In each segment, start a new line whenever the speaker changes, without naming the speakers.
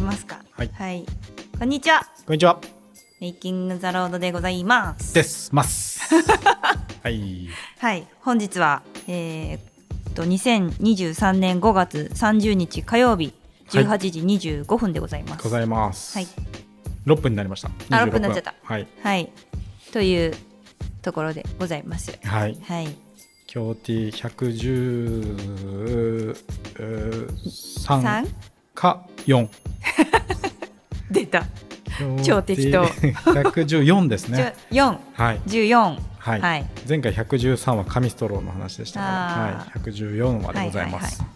ますか
はい
こんにちは
こんにちは。
メイキングザロードでございます
で す。ます。はい。
はい本日はえーっと2023年5月30日火曜日
はい
18時25分でございます、
ございます。
はい。
六分になりました。
あ
26
6分になっちゃった
はい。
はい。というところでございます。
はい。
はい。
京 T 百十
三
三か四。
出た。超適当
百十四です
じ ゃ
ね。
四
はい。
十四。
はい。
はい。
前回百十三は紙ストローの話でしたから、
あー
はい。百十四はでございます、
は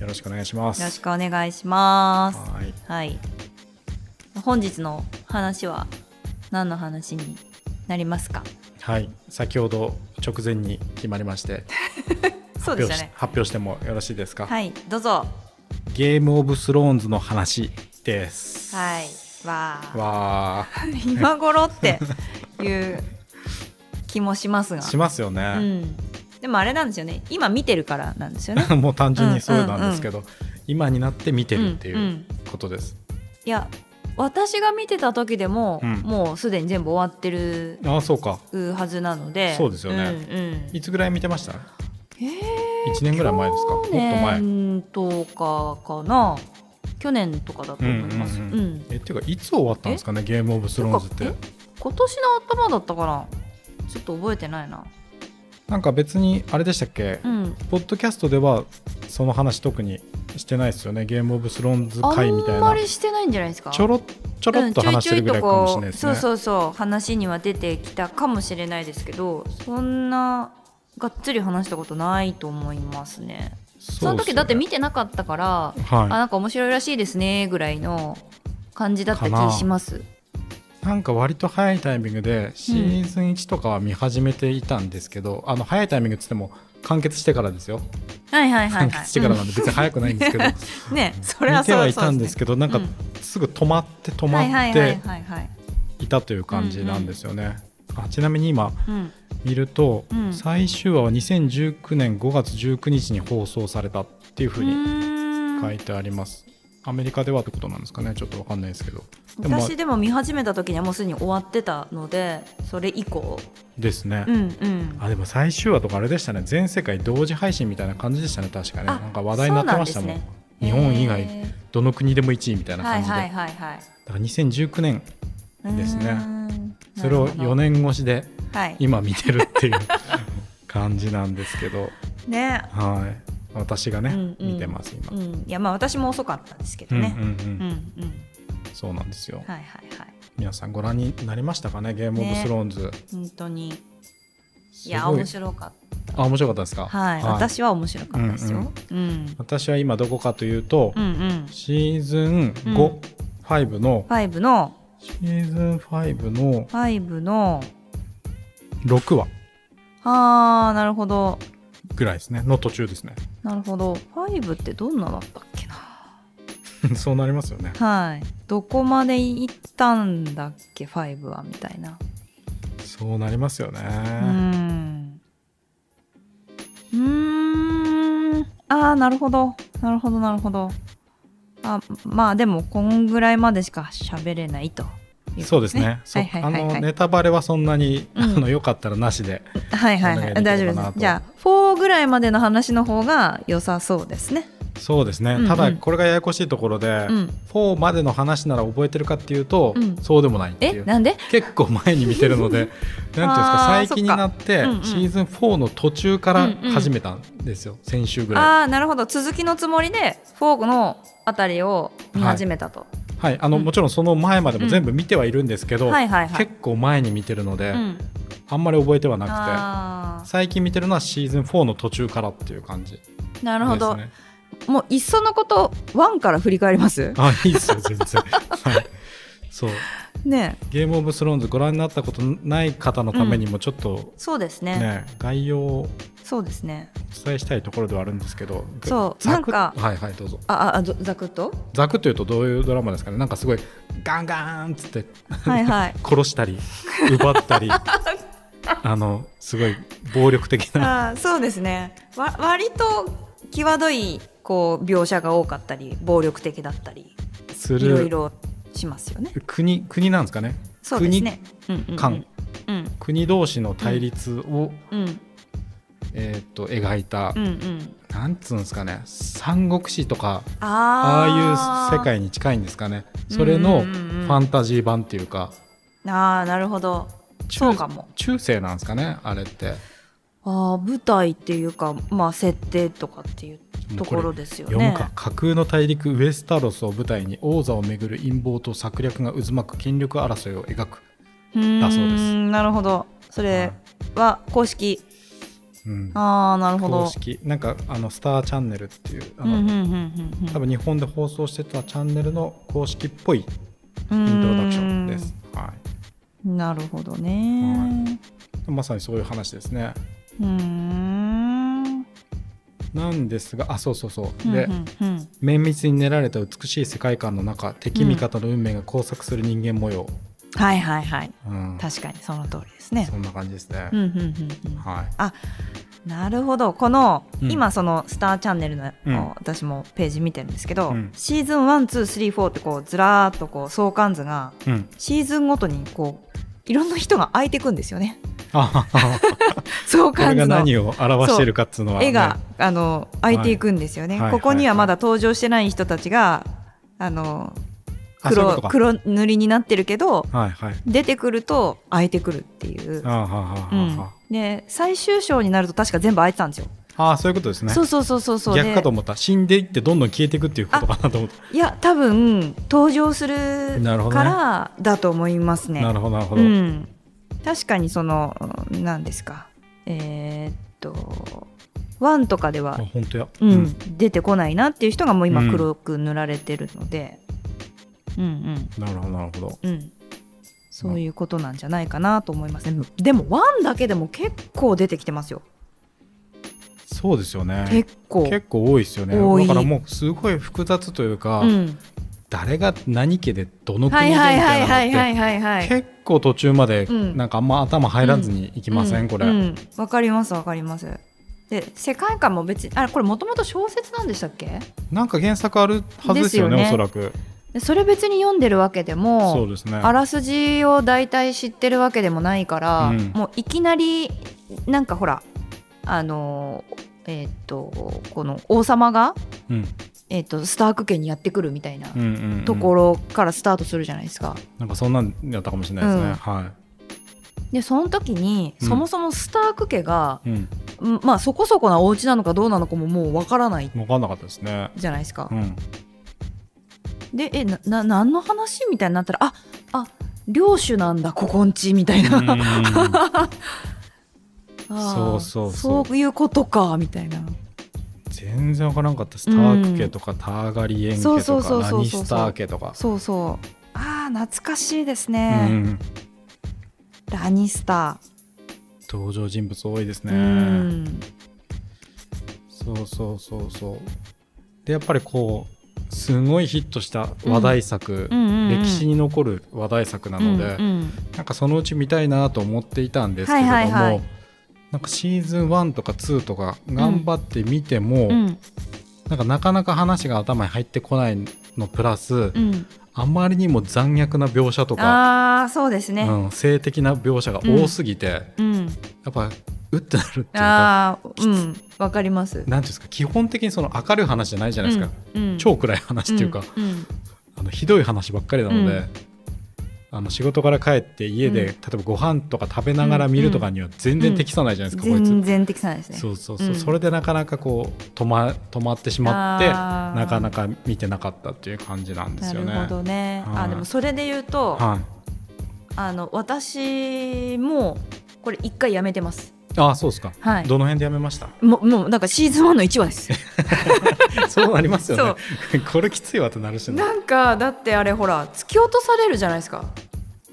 よろしくお願いします。
よろしくお願いします。
はい。
はい。本日の話は何の話になりますか。
はい。先ほど直前に決まりまして。
そうでしたね。
発表し発表してもよろしいですか、
はい。どうぞ。
ゲームオブスローンズの話です
はい。わあ。
わあ
今頃 っていう気もしますが。
しますよ
う
ね、
ん。でもあれなんですよね。今見てるからなんですよ ね。
もう単純にそうなんですけど、今になって見てるってい
ん
ううんことです、
いや私が見てた時でも、
うん
もうすでに全部終わってる
ああそうか
はずなので
そうですよね
うんうん
いつぐらい見てました
えー
1年ぐらい前ですかもっと
去
前
年とかかな去年とかだと思います、う
うんんうんえっていうかいつ終わったんですかねゲームオブスローンズっ
な
て
んかえ今年の頭だったかなちょっと覚えてないな
なんか別にあれでしたっけ、
うん
ポッドキャストではその話特にしてないですよねゲームオブスローンズ
あ
会みたい
ん
な
まりしてないんじゃないですか
ちょろちょろっと話してるぐらいかもしれないです
うんちょいちょいとこうそ
ね、
うそうそう話には出てきたかもしれないですけどそんながっつり話したことないと思いますね
そ
その時だって見
て、
てなかったから、あ
は
なんか面白いらしいですねぐらいの感じだった
かな
気します
い、なんか割と早いタイミングでシーズン1とかは見始めていたんですけど、あの早いタイミングっつっても完結してからですよ、
はいはいはい
完
はい
結してからなんで別に早くないんですけど
うんね それは
見て
そう
はいたんです
け
けどなんかすぐ止まって止ま
は
っ
いはいはい
て
はいはい
いたという感じなんですよね。あちなみに今
うん
見ると、
うん
最終話は2019年5月19日に放送されたっていうふうに書
う
いてあります。アメリカではってことなんですかねちょっとわかんないですけど。
ー
で
ん
もまあ
私でも見始めた時にはもうすでに終わってたのでそれ以降
ですね。
うんうん
あでも最終話とかあれでしたね全世界同時配信みたいな感じでしたね確かね
あ
なんか話題になってましたもん
そうなんです
日本以
へ
外
ー
どの国でも1位みたいな
は
感
い
じで、
はいはいはい
だから2019年
うーん
ですね
なるほど
それを4年越しで
はい
今見てるっていう感じなんですけど
ね
はい私がね、
うんうん
見てます今、
うんいやまあ私も遅かったんですけ
う
ど
んうん
ね
うん
うんうん
そうなんですよ
はいはいはい
皆さんご覧になりましたかねゲームオブスローンズ、
本当に
す
い
ごい
や面白かっ
あ面白かったですか
たはい私は面白かったですようん
私は今どこかというと、
うんうん
シーズン5、
うん
5の
5の
シーズン5の
5の
6話
あーなるほど
ぐらいですねの途中ですね
なるほど5ってどんなだったっけな
そうなりますよね
はいどこまで行ったんだっけ5はみたいな
そうなりますよね、
うんうーんああなるほどなるほどなるほどあまあでもこんぐらいまでしか喋れないとい
そうですね
は
そ
いうはい
あ
はいは
の
い
ネタバレはそんなに、
うん
あのよかったらなしで
はいはいは
お願
い
いできればな
大丈夫です
と
じゃあ4ぐらいまでの話の方が良さそうですね
そうですね、
うんうん
ただこれがややこしいところで、
うん
4までの話なら覚えてるかっていうと、
うん
そうでもないって
え
いう
なんで
結構前に見てるの でなんていうんです
あー
か最近になっ
そ
て
っかうんうん
シーズン4の途中から
うんうん
始めたんですよ、先週ぐらい
ああなるほど続きのつもりで4のあたりを見始めたと、
はい、あの、
うん
もちろんその前までも全部見てはいるんですけど、
はいはいはい
結構前に見てるので、
うん、
あんまり覚えてはな
あ
くて最近見てるのはシーズン4の途中からっていう感じです、ね、
ーなるほど、もういっそのこと1から振り返ります
あいいですよ全然はいそう
ね
ゲームオブスローンズご覧になったことない方のためにもちょっと
そうですね
ね、概要をお
そうですね
伝えしたいところではあるんですけど
そう
ざく
なんか
はいはいどうぞ
あああざざくっ と
ざくというとどういうドラマですかねなんかすごいガンガーンっつって
はいはい
殺したり奪っ たりあのすごい暴力的な
あーそうですねわ割と際どいこう描写が多かったり暴力的だったり
す
いろい
る
ろしますよね。
国国なんですかね
そうですね。うんうん
間
うん
国同士の対立を、
うん
えーっと描いた、
うんうん。
なんつうんですかね三国志とかあ
あ
あいう世界に近いんですかねそれ
う
のフ
んうんうんうん
ァンタジー版っていうか
界。ああなるほど。
中
そうかも。
中世なんですかねあれって
ああ舞台っていうかまあ設定とかっていう
も
と
うこ
こ
れ
ろですよ
読む
ね。
か架空の大陸ウエスタロスを舞台に王座をめぐる陰謀と策略が渦巻く権力争いを描く、
だ
そうです
なるほど。それは公式。
うん、
ああなるほど
公。式なんかあのスターチャンネルっていうあ
うん
の、
うんうんうんうん
多分日本で放送してたチャンネルの公式っぽいイントロダクションです、は
うんなるほどね。
い、まさにそういう話ですね
うーん。
なんですがあそうそうそ
う
う
ん
で、
うんうん
綿密に練られた美しい世界観の中敵味方の運命が交錯する人間模様、
はいはいはい。
うん
確かにその通りですね
そ。んな感じですね、
うんうんうんうん。
はい
なるほどこの、
うん
今そのスターチャンネルの、
うん
私もページ見てるんですけど、
うん
シーズン1234ってこうずらーっとこう相関図が
うん、
シーズンごとにこういろんな人が空いてくんですよね
あ
相
これ
関
が
図の
何を表してるかっつうのは、ね、
絵が、あの空いていくんですよね、
はい
ここにはまだ登場してない人たちがあの
あそうい
黒
うことか
黒塗りになってるけど
はいはい
出てくると空いてくるっていう
あ。あはあはあ
う
は
ん、で最終章になると確か全部空いてたんですよ。
あ、ああそういうことですね
そうそうそうそうそう
逆か
で
と思った死んでいってどんどん消えていくっていうことかなと思っ
いや多分登場する
なるほどね
からだと思います
た、
ね。
なるほどなるほど、
うん、確かにそのうん何ですかえーっとワンとかで
あ
は、
本当や、
うん
うん
出てこないなっていう人がもう
う
今
ん
黒く塗られてるので、うん、うん
なるほどなるほど
うんそういうことなんじゃないかなと思いますね。でもワンだけでも結構出てきてますよ。
そうですよね
結構。
結構多いですよね
多い
だからもうすごい複雑というか、
うん。
誰が何家でどの
は
国で
い
み
はいは
た
いはい
いな
は
のっ
いはいはい。
て結構途中まで
うん
なんかあんま頭入らずにいきません、
う
これ、
うんわかりますわかりますで世界観も別にあれこれもともと小説なんでしたっけ
なんか原作あるはずですよね
ですよね
おそらく
でそれ別に読んでるわけで
そう
も、
ですね
あらすじを大体知ってるわけでもないから、
うん
もういきなりなんかほらあのえっ、とこの王様が、
うん
えー、とスターク家にやってくるみたいな
うんうんうん
ところからスタートするじゃないですか。
なんかそんなんやったかもしれないですね、
うん
は
でその時に、
うん
そもそもスターク家が、
い、うん、
んまあそこそこなお家なのかどうなのかももうわからない
分かんなかったですね
じゃないですか
う。ん
でえなな何の話みたいになったらああ領主なんだここんちみたいな、
うんうんうん
あー
そうそうそう
そういうことかみたいな
全然わからんかったスターク家とかターガリエン家と
そうそうそう
か
そうそう
ラニスター家とか、
そうそうあー懐かしいです
う
ね、
ん、
ラニスタ
登場人物多いです
ー、
ね、
うん
そうそうそうそうでやっぱりこうすごいヒットした話題作、
うんうんうん
歴史に残る話題作な
な
ので、
うんうん
なんかそのうち見たいなと思っていたんですけれども、
はいはいはい
なんかシーズン1とか2とか頑張って見ても、
うん
なんかなかなか話が頭に入ってこないのプラス、
うん
あまりにも残虐な描写とか、
ああそうですね、
うん、性的な描写が多すぎて、や
うん
っぱうってなるっていうか
ああうんわかります
なんていうんですか基本的にその明るい話じゃないじゃないですか、
うんうん
超暗い話っていうか、
んん
あのひどい話ばっかりなので、
うん
あの仕事から帰って家で、
うん
例えばご飯とか食べながら見るとかには全然適さないじゃないですか、こいつ
全。然適さないですね
そうそうそう、
うん
それでなかなかこう止ま止まってしまって
あー
なかなか見てなかったっていう感じなんですよね。
なるほどね、
は
あ
い
でもそれで言うと、
はい、
あの私もこれ一回やめてます。
ああそうですか、
はい。
どの辺でやめました
もうもうなんかシーズン1の1話です。
そうなりますよねこれきついわってなるしね
なんかだってあれほら突き落とされるじゃないですか。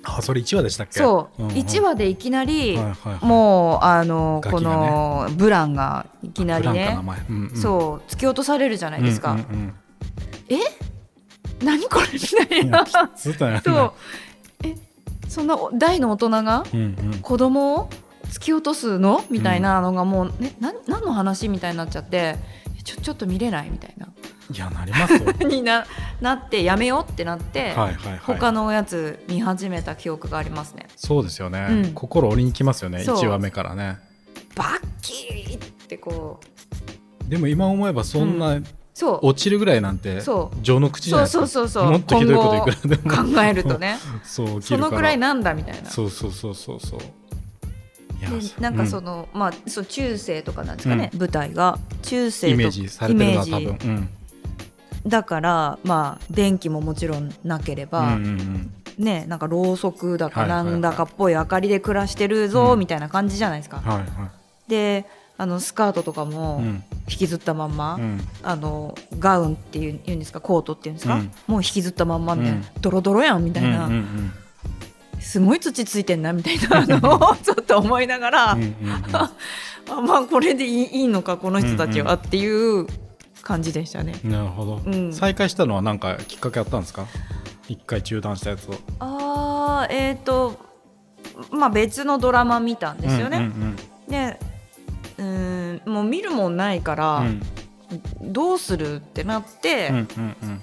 あそれ1話でしたっけ
そう、
んん
1話でいきなり、
はいはいはい
もうあの、
ガ
こ
キがね
のブランがいきなり
ブランカ
ね
名、前、うんうん
そう突き落とされるじゃないですか。
うんうん
何これみた
う
い
んいや
な
き。つだよね
そう。えそんな大の大人が
うんうん
子供を突き落とすのみたいなのがもう、ね、な何の話みたいになっちゃってちょちょっと見れないみたいな
いやなりますよ
にななってやめようってなって、
はいはいはい
他のやつ見始めた記憶がありますね。
そうですよね、
うん
心折りにきますよね
そう
1話目からね
バッキリってこう
でも今思えばそんな
そう
落ちるぐらいなんて
そ
情の口じゃ
そ
ないうです
そ
か
うそうそう
もっとひどいこといくらでも
今後考えると ね
そ う
そのくらいなんだみたいな。
そうそうそうそうそういや
で
そう
なんかそ
うん
の、まあそう中世とかなんですかね、舞台が中世と
イメージされてるのは
イ
多
メージ
分うん
だからまあ電気ももちろんなければ、
うんうんうん
ねなんかろうそくだか
はいはい
な
はい
んだかっぽい明かりで暮らしてるぞ、
うん
みたいな感じじゃないですか。
はいは
であのスカートとかも
いうん
引きずったまんま、
うん
あのガウンっていうん言うんですかコートっていうんですか、
うん
もう引きずったまんまみたいな、
うん
ドロドロやんみたいな、
うんうん
すごい土ついてんなみたいな のをちょっと思いながら、
うんうんうんう ん
あまあこれでいいいいのかこの人たちは
う
っていう感じでしたね。
なるほど、
うん
再開したのは何かきっかけあったんですか一回中断したやつを
あーえっ、とまあ別のドラマ見たんですよね。
うんうん
でうーんもう見るもんないか
うん
ら
う、ん
どうするってなって。
うんうんうん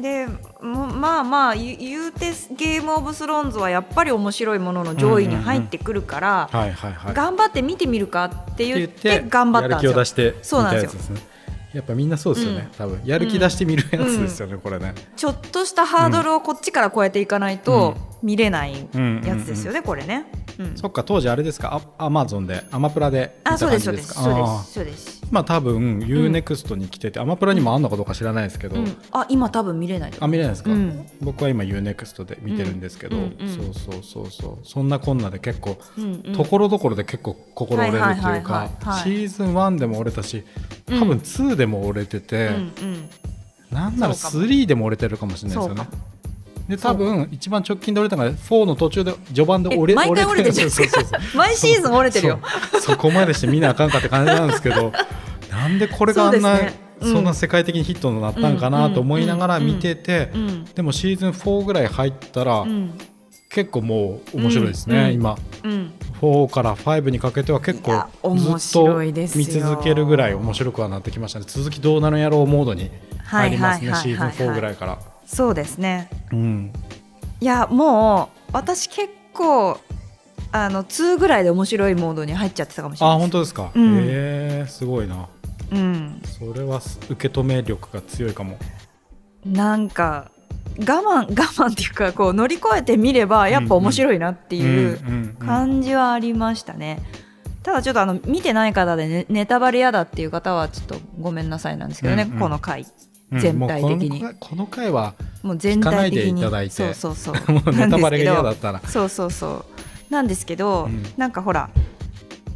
でもまあまあ言言うてゲームオブスローンズはやっぱり面白いものの上位に入ってくるから、
はいはいはい
頑張って見てみるかって言っ
って言って
て頑張ったん
や
で
る気
す
を
よ
出。して
そうなんですよ
みたやつですねやっぱみんなそうですよね、
うん
多分やる気出してみるやつですよね、これね、
ちょっとしたハードルをこっちから越えていかないと見れない
うんうんうん
やつですよね、これね。うん
そっか当時あれですかアアマゾンでアマプラで
あ
見た
そうです
感
そう
じで
です
すか
そうで
あ
すそ
ー
うです。
今多分 UNEXT に来てて、アマプラにもあんのかどうか知らないですけど、
うん、あ今多分見れないと
あ
思う
見れないですか、
うん
僕は今 UNEXT で見てるんですけど、
うんうんうん
そうそうそうそうそんなこんなで結構
うんうん
ところどころで結構心折れると
はいはいいうは
か
いはいはい
シーズン1でも折れたし
うん
多分2でも折れてて、
うん
なんなら
そうかも
3でも折れてるかもし
う
れ
ん、
な
そ
いです
う
よ
か
ね。で多分一番直近で折れたのが4の途中で序盤で折
え
れ
毎回折れてるじゃん
そうそうそう
毎 シーズン折れてるよ。
そうそこまでして見なあかんかって感じなんですけど なんでこれがあんな
そ
そ,、
うですねうん
んな世界的にヒットになったんかなと思いながら見てて、
うん
でもシーズン4ぐらい入ったら、
うん
結構もう面白いですね、
うんうん
今
うん
4から5にかけては結
い
構
や面
ずっと
白いですよ
見続けるぐらい面白くはなってきましたね続きどうなのやろうモードに入りますね、
はいはいはいはいはい
シーズン4ぐらいから。
そうですね。
うん、
いやもう私結構あの2ぐらいで面白いモードに入っちゃってたかもしれな
あ
いで
本
す
当ですか、
うん
えーすごいな
うん、
それはす受け止め力が強いかも
なんか我慢 我慢っていうかこう乗り越えてみればやっぱ面白いなっていう
うんうんうん
感じはありましたね。ただちょっとあの見てない方でねネタバレ嫌だっていう方はちょっとごめんなさいなんですけどね、
うんうん
この回
うん
全体的に
もうこの回この回は
もう全体的
聞かないで
に
いただいて
そうそうそう
もうネタバレが嫌
な
だ
んで
ったら
すけどそうそうそうなんですけど、
うん
なんかほら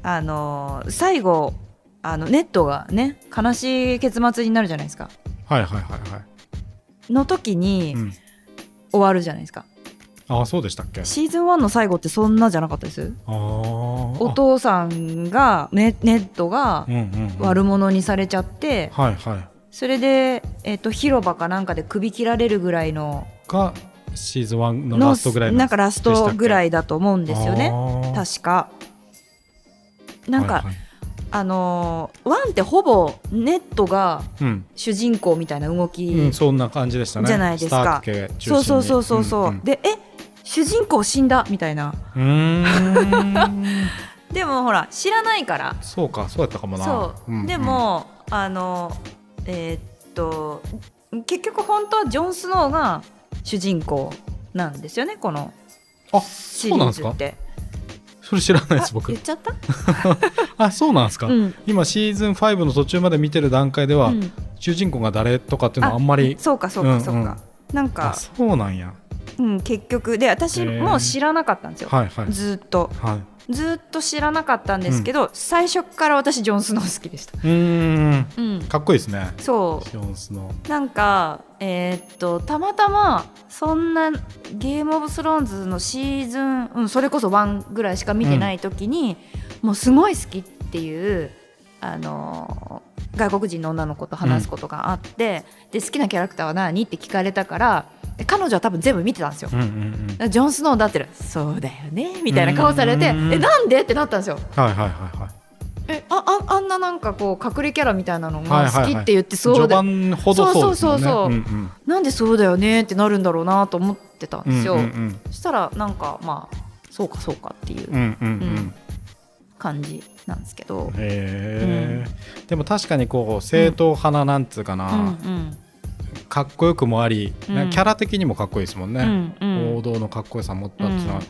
あのー最後あのネットがね悲しい結末になるじゃないですか
はいはいはいは
の時
い、
に
うん、
終わるじゃないですか、
あそうでしたっけあ
シーズン1の最後ってそんなじゃなかったです
あ
お
音
父さんがネネットが
うんうんうん、
悪者にされちゃって、
はいはい
それで、えっと広場かなんかで首切られるぐらいの
がシーズン1のラストぐらい
のなんかラストぐら
い
いだと思うんですよね
確
確かなんか、
はいはい
あのーワンってほぼネットが
うん
主人公みたいな動き、
うん、そんな感じでしたね
じゃないですか
スターク家中心
そう
に
そうそうそうそう、
んん
でえ主人公死んだみたいな
う ーん
でもほら知らないから
そうかそうやったかもな
そう、
んん
でもあのえーっと結局本当はジョン・スノーが主人公なんですよねこの
あ
シリ
そうな
ー
んです
ズ
か
って
それ知らないです
あ
僕
言っちゃった、
あそうなんですか、
うん
今シーズン5の途中まで見てる段階では、
うん
主人公が誰とかっていうのはあんまり
そうかそうかそうか、
うんうん
なん
あ
か、
そうなんや
うん、結局で私も知らなかったんですよ、
はいはい
ずーっと
はい
ずーっと知らなかったんですけど、最初から私ジョン・スノー好きでした、
うーん
うん、
かっこいいですね
そ
シオンスの
うなんかえーっとたまたまそんなゲームオブスローンズのシーズン、うん、それこそ1ぐらいしか見てない時に、もうすごい好きっていうあのー外国人の女の子と話すことがあって、で好きなキャラクターは何って聞かれたからで彼女は多分全部見てたんですよ
う。んうんうん
ジョン・スノーだってるそうだよねみたいな顔されて
うんうんうんうん
えなんでってなったんですよ
はいはいはいはい
えあああんななんかこう隠れキャラみたいなの
はい
が
はいは
好
い
きって言ってそう
序
で、
盤ほどそうです
そうそうそ
よね
うそうん
ん
なんでそうだよねってなるんだろうなと思ってたん
う
で
ん
すよ、
うんうん
そしたらなんかまあそうかそうかっていう
うんうんうん
感じなんですけど、
へえ、でも確かにこう正統派ななんつうかな、
うんうん
かっこよくもあり、
うん
なんかキャラ的にもかっこいいですもん
う
ね、
んうん
王道のかっこよさ持ったっていうのは、
うん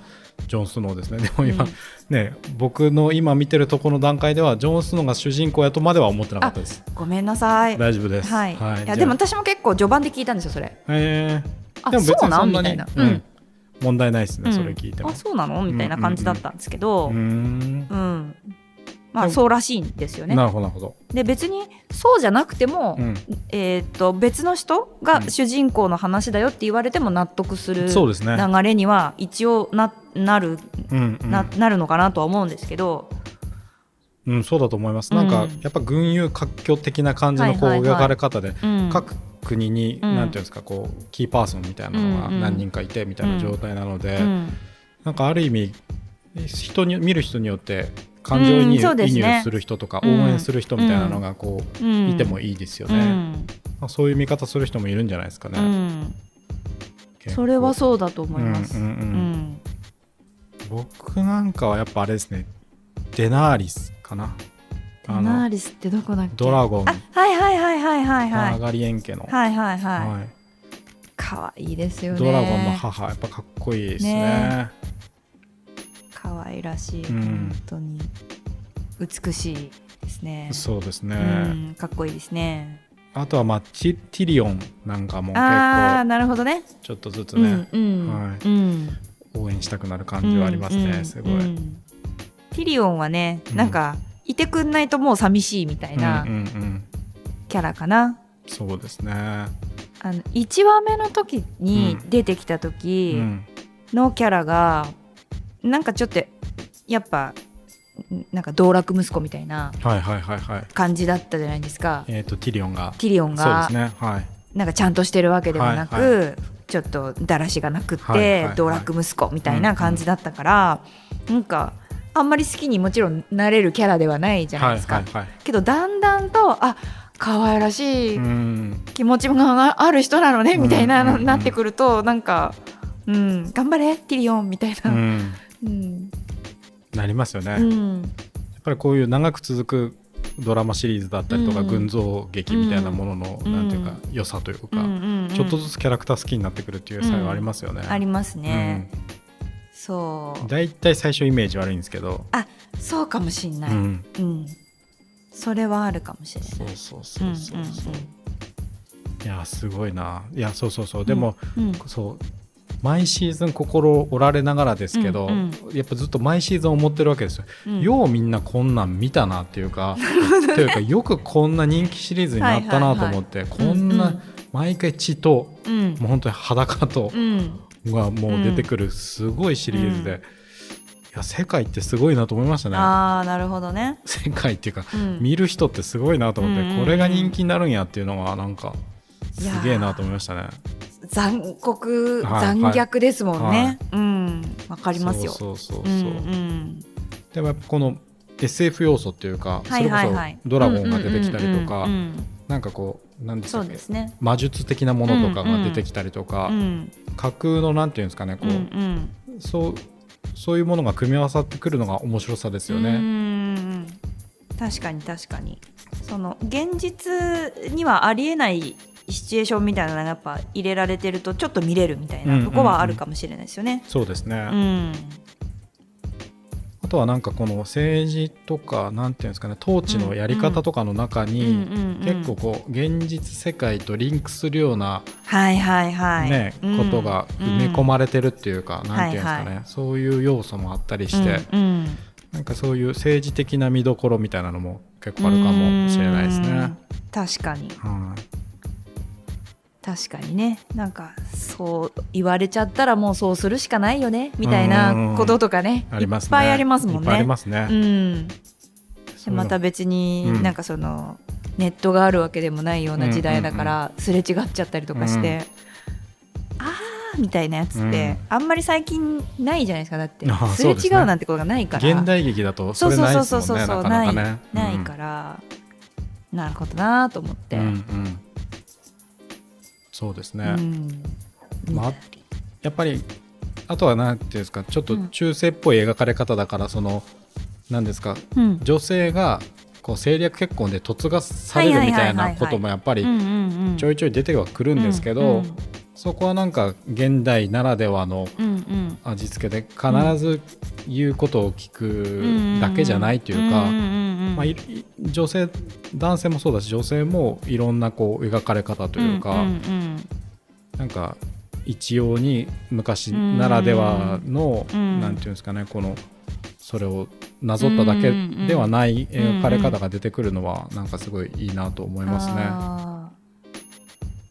ジョン・スノーですねでも今、
うん
ね僕の今見てるとこの段階ではジョン・スノーが主人公やとまでは思ってなかったです
ごめんなさい。
大丈夫です
はい、い、
じゃ
や
あ
でも私も結構序盤で聞いたんですよそれ。
へえ
あそうなんみたいな。
うん問題ないですね、
うん
それ聞いても
あそうなのみたいな感じだったんですけど、
う
う
ー
ん
ん
ま
で
あ
も
そうらしいんですよね
な。るほどなるほど、
で別にそうじゃなくても、
うん
えーっと別の人が主人公の話だよって言われても納得する
そう
流
ですね
れには一応ななる
うんうん
ななるのかなとは思うんですけど、
うん、そうだと思いますなんか、
うん
やっぱ軍友割拠的な感じのこう
はいはいはい
描かれ方で
うん、
各国に、
うん
なんていうんですかこうキーパーソンみたいなのが
うんうん
何人かいてみたいな状態なので、
うん
なんかある意味人に見る人によって感情移
うんそう
入,、
ですね
する人とか応
うん
援する人みたいなのがこう、
うん、
いてもいいですよ
う
ね、
ん
まあそういう見方する人もいるんじゃないですか
う
ね、
ん、
結構
それはそうだと思います。
うんうんうん
うん
僕なんかはやっぱあれですねデナーリスかな
デ
あ
ナー
の
リスってどこだっけ
ドラゴン
あはいはいはいはいはいは
ター
い
ガリエン家の、
はいはいは
はい
いかわいいですよね
ドラゴンの母やっぱかっこいいですね
ねかわいらしい、
うん
本当に美しいですね
そうですね、
うんかっこいいですね
あとはまあチティリオンなんかも結
ああ
構
なるほどね
ちょっとずつ
う
ね
ん、うん、
はい
うん
応援したくなる感じはありますね、
うんうん
すごい、
うんティリオンはね
うん
なんか、いてくんないともう寂しいみたいな
うんうんうん
キャラかな、
そうですね、
あの1話目の時に
うん
出てきた
う
時、
ん、
のキャラがなんかちょっとやっぱんなんか道楽息子みたいな
はいはいはいはい
感じだったじゃないですか
えっ、とティリオンが
ティリオン
そうで
が
すねはい
なんかちゃんとしてるわけでもなく、
はい
ちょっとだらしがなくって、
はいはいはい
道楽息子みたいな感じだったから、なんかあんまり好きにもちろんなれるキャラではないじゃないですか、
はいはいはい
けどだんだんとあ可愛らしい
うん
気持ちがある人なのねみたいな
うんうん
の
うん
になってくると、なんか、うん、頑張れティリオンみたいうな。
ん
うん
なりますよね、
う
やっ
ん
ぱりこういう長く続くドラマシリーズだったりとか、
うん
群像劇みたいなものの、
うん
なんていうか良さというか、
うんうんうん
ちょっとずつキャラクター好きになってくるっていう才はありますよね、
ありますね、
う
そう
だいたい最初イメージ悪いんですけど、
そうかもしんない、
う
うん
ん、
それはあるかもしれない
そうそうそうそうそう、
うん
いやすごいないやそうそうそうでも、
うんうん
そう毎シーズン心折られながらですけど、
うん
やっぱずっと毎シーズン思ってるわけですよ、
うん
ようみんなこんなん見たなっていう か、というかよくこんな人気シリーズになったなと思って、
いはい
こん
うんう
なん毎回血と、
うん
もう本当に裸と
うん
がもう出てくるすごいシリーズで、
うん
いや世界ってすごいなと思いましたね
ああなるほどね、
世界っていうか
うん
見る人ってすごいなと思って、
うんうんうん
これが人気になるんやっていうのはなんか
いやー
すげえなと思いましたね。
残酷、
はいはい
残虐ですもんね、うんわかりますよ
そうそうそう
う
そう、
ん
でもやっぱこの SF 要素っていうか、
うんはいはいはい
それこそドラゴンが出てきたりとか、
うんうんうんうん
なんかこう何でし
そ
た
う
っけ
ですね
魔術的なものとかが出てきたりとか、
うん
架空のなんていうんですかねこ
うんうん
う、そうそういうものが組み合わさってくるのが面白さですよ
う
ね。
ん確かに確かにその現実にはありえないシチュエーションみたいなのがやっぱ入れられてるとちょっと見れるみたい
うんうん
な
う
と
ん
こはあるかもしれないですよね。
そうですね、
うん
あとはなんかこの政治とかなんていうんですかね統治のやり方とかの中に、結構こう現実世界とリンクするような、
はいはいはい、
ね
うん
ことが埋め込まれてるっていうか、なんていうんですかね、
はいは
そういう要素もあったりして、
うんうん
なんかそういう政治的な見どころみたいなのも結構あるかもしれないです
う
ね
ん。確かに
はい
確かにねなんかそう言われちゃったらもうそうするしかないよねみたいなこととかね
ありますね。
いっぱいありますもん
いっぱいあり
ね。
ますね。
うんで
そういうの
また別
うん
になんかその、ネットがあるわけでもないような時代だから、すれ違っちゃったりとかして、ああみたいなやつって、あんまり最近ないじゃないですかだって
あ
す
そ
れ
うです
違う
ね
なんてことがないから
現代劇だとそれないですもん
そうそうそう
ね
そう
なかなかね
ないから、なるほどなと思って、
うんうんうんそうですね、
うん
まあやっぱりあとは何ていうんですかちょっと中世っぽい描かれ方だからその何ですか
うん
女性がこう政略結婚で嫁がされるみたいなこともやっぱ
うん
り
うんうん
ちょいちょい出てはくるんですけど、
うん
そこはなんか現代ならではの
うんうん
味付けで必ず言うことを聞くだけじゃないというか、
んんうん
まあ、いい女性男性もそうだし女性もいろんなこう描かれ方というか、
んん
なんか一様に昔ならではの、
うん
なんていうんですかねこのそれをなぞっただけではない描かれ方が出てくるのはなんかすごいいいなと思いますね。
あ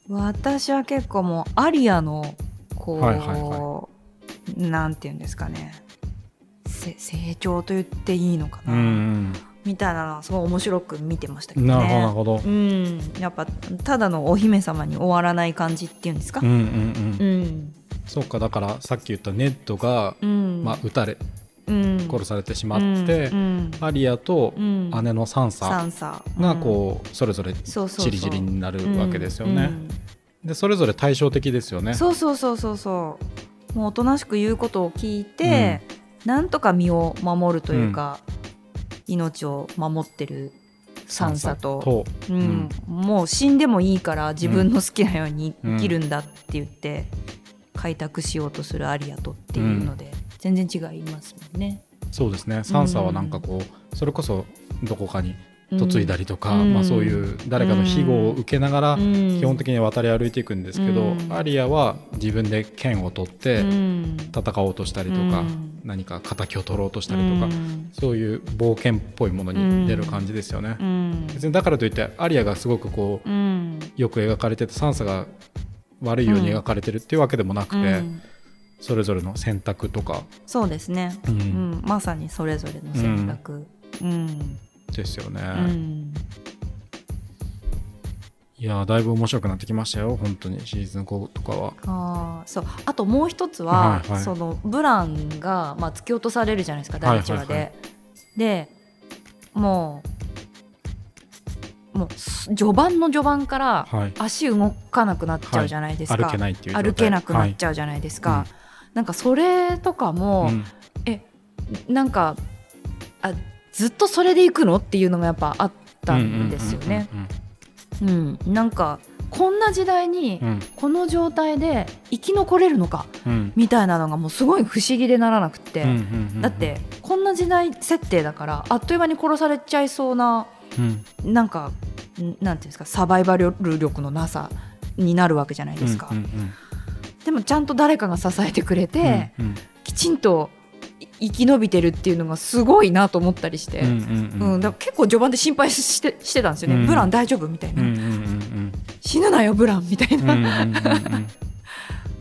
ー私は結構もうアリアのこう、
はいはいは
なんていうんですかねせ成長と言っていいのか
う
な、
ん
みたいなのはすごい面白く見てましたけ
う
ど
ん、
ね。
なるほどなるほど。
うん、やっぱただのお姫様に終わらない感じっていうんですか
うん。うんうん
うん。
そうかだからさっき言ったネットが、
うん。
まあ、撃たれ
うん、
殺されてしまって、
うん
アリアと
うん、
姉のサン
サ
サ
ンサ
がこうそれぞれ
うん、そうそうそう
チリジリになるわけですよね。
うん
でそれぞれ対照的ですよ
う
ね。
んそうそうそうそうそう。もうおとなしく言うことを聞いて、なんとか身を守るというか、命を守ってるサンサと。
と
うんもう死んでもいいから自分の好きなように生きるんだって言って開拓しようとするアリアとっていうので、全然違いますもんね。
そうですねサンサはなんかこうそれこそどこかに嫁いだ
り
りとか、
うん
まあ、そういう誰かの庇護を受けながら
基
基本的に渡り歩いていくんですけど、
うん
アリアは自分で剣を取って
に立っ
戦おうとしたりとか、
うん
何か敵を取ろうとしたりとか、
うん
そういう冒険っぽいものに出る感じですよね。
うん
別にだからといってアリアがすごくこう
うん
よく描かれててサンサが悪いように描かれてるっていうわけでもなくて、
うん
それぞれの選択とか、
そうですね、
うん
うん、まさにそれぞれの選択。うん
ですよね。
うん
いやーだいぶ面白くなってきましたよ本当にシーズン5とかは。
あーそうあともう一つは、
はいはい
そのブランが、まあ、突き落とされるじゃないですか第1話で。
はいは
でもうもうす序盤の序盤から
はい
足動かなくなっちゃうじゃないですか、
歩けないっていう状態
歩けなくなっちゃうじゃないですか、
はいうん
なんかそれとかも
は、いうん
なんかあずっとそれで行くのっていうのがやっぱあったんですよね。うんなんかこんな時代に
うんうん
この状態で生き残れるのか
うんうん
みたいなのがもうすごい不思議でならなくって、
うんうんうんうん
だってこんな時代設定だからあっという間に殺されちゃいそうな
うん
なんかんなんていうんですかサバイバル力のなさになるわけじゃないですか、
うんうんうん
でもちゃんと誰かが支えてくれて、
うんうん
きちんとい生き延びてるっていうのがすごいなと思ったりして、
う
うん
んうんうん
だから結構序盤で心配してしてたんですよね、
うん
ブラン大丈夫みたいな、
うんうんうん
死ぬなよブランみたい
うんうんうん
な。
うん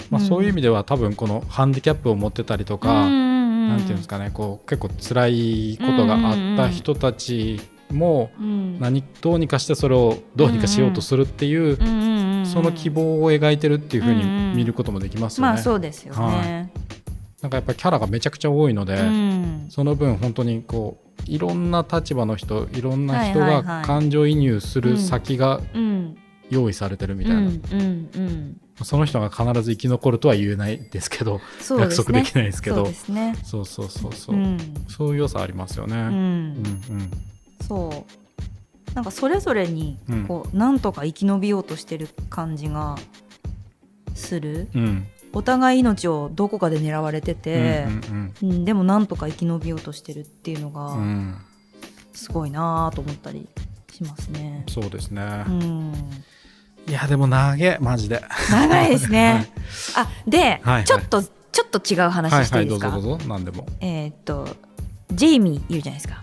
まあそういう意味では多分このハンディキャップを持ってたりとか、なんていうんです
か、
かねこう結構辛いことがあった人たちも
うん
何どうにかしてそれをどうにかしようとするっていう
うんうんうんうん
その希望を描いてるっていう風
うんうん
に見ることもできますよ
ま
ね。
あそうですよね。
はなんかやっぱりキャラがめちゃくちゃ多いので、
うん
その分本当にこういろんな立場の人いろんな人
はいは
が
いはい
感情移入する先が
うん
用意されてるみ
う
たいな、
んうんうん
その人が必ず生き残るとは言えないですけど
そう
約束でき
ない
ないですけ
そう
ど
ですね。
そうそうそうそうう、
ん
そういう良さありますよね。
う
うん
ん
うん
そうなんかそれぞれに
うん
こうなんとか生き延びようとしてる感じがする。
うん
お互い命をどこかで狙われてて
う、ん
うんでもなんとか生き延びようとしてるっていうの
うんう
が
ん
すごいなぁと思ったりしますね。
そうですね、
うん、
いやでも長えマジで
長いですね。あで、
はい
ちょっとちょっと違う話していいですか。
はいはいどうぞどうぞ何でも
えーっとジェイミーいるじゃないですか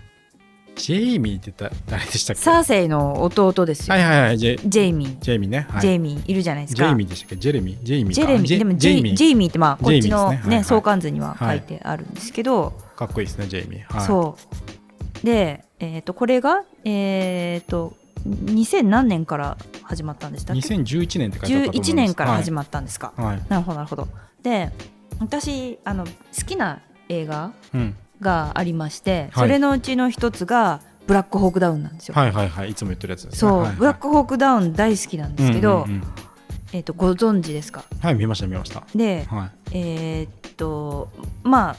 ジェイミーって誰誰でしたっけ
サーセイの弟ですよ、
はいはいはいジェ
ジェイミー、
ジェイミーね、はい、
ジェイミーいるじゃないです
ジ
か
ェイミーでしたっけジェレミージェイミーか
ジェレミ
ジ
ー
ェ
でも
ジ
ジェ
ェイ
イ
ミー
ジェイミーってまあこっちの
ジェイミーです
ね
ねはいはい
相関図には書
はい
いてあるんですけど、
かっこいいですねジェイミーはい
そうでえーっとこれがえーっと2000何年から始まったんでしたっけ
2011年って書いてあったと思います
11年から始
ま
まったんですか、
はい、はい
なるほどなるほどで私あの好きな映画
うん、
がありまして、
は
そ
い
れのうちの一つが「ブラックホークダウン」なんですよ、
はいはいはいいつも言ってるやつですね
そう、
はいはい
ブラックホークダウン大好きなんですけど、
うんうんうん
えっとご存知ですか
はい見ました見ました
で
は
えーっとまあ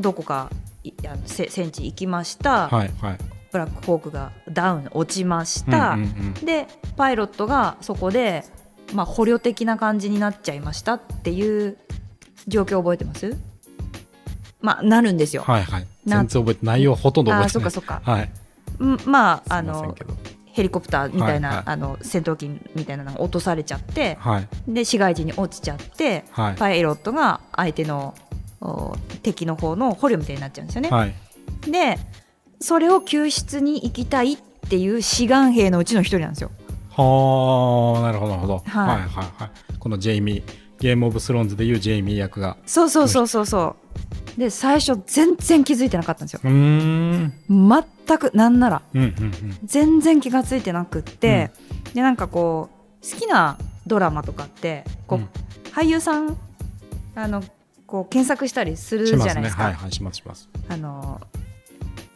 どこかいあのせ戦地行きました、
いはいはい
ブラックホークがダウン落ちました、
うんうんうん
でパイロットがそこで、まあ、捕虜的な感じになっちゃいましたっていう状況覚えてますまあなるんですよ。
はいはい
な
全然覚えて内容ほとんど
あ
覚
ー
えて
そっかそ
ない
っか。
はい
うんまああ
すいません
の
けど
ヘリコプターみたいな、
はいはい
あの戦闘機みたいなのが落とされちゃって
はい
で市街地に落ちちゃって
はい
パイロットが相手のお敵の方の捕虜みたいになっちゃうんですよね。
はい
でそれを救出に行きたいっていう志願兵のうちの一人なんですよ。
はあなるほどなるほど、
はい
はいはいはいこのジェイミーゲームオブスローンズでいうジェイミー役が
そうそうそうそうそう。で最初全然気づいてなかったんですよ。
うーん
全くなんなら
うんうんうん
全然気が付いてなくって、でなんかこう好きなドラマとかってこう、
うん
俳優さんあのこう検索したりするじ
し
ゃ
ま
ない
すね
ですか。
はいはいしますします
あの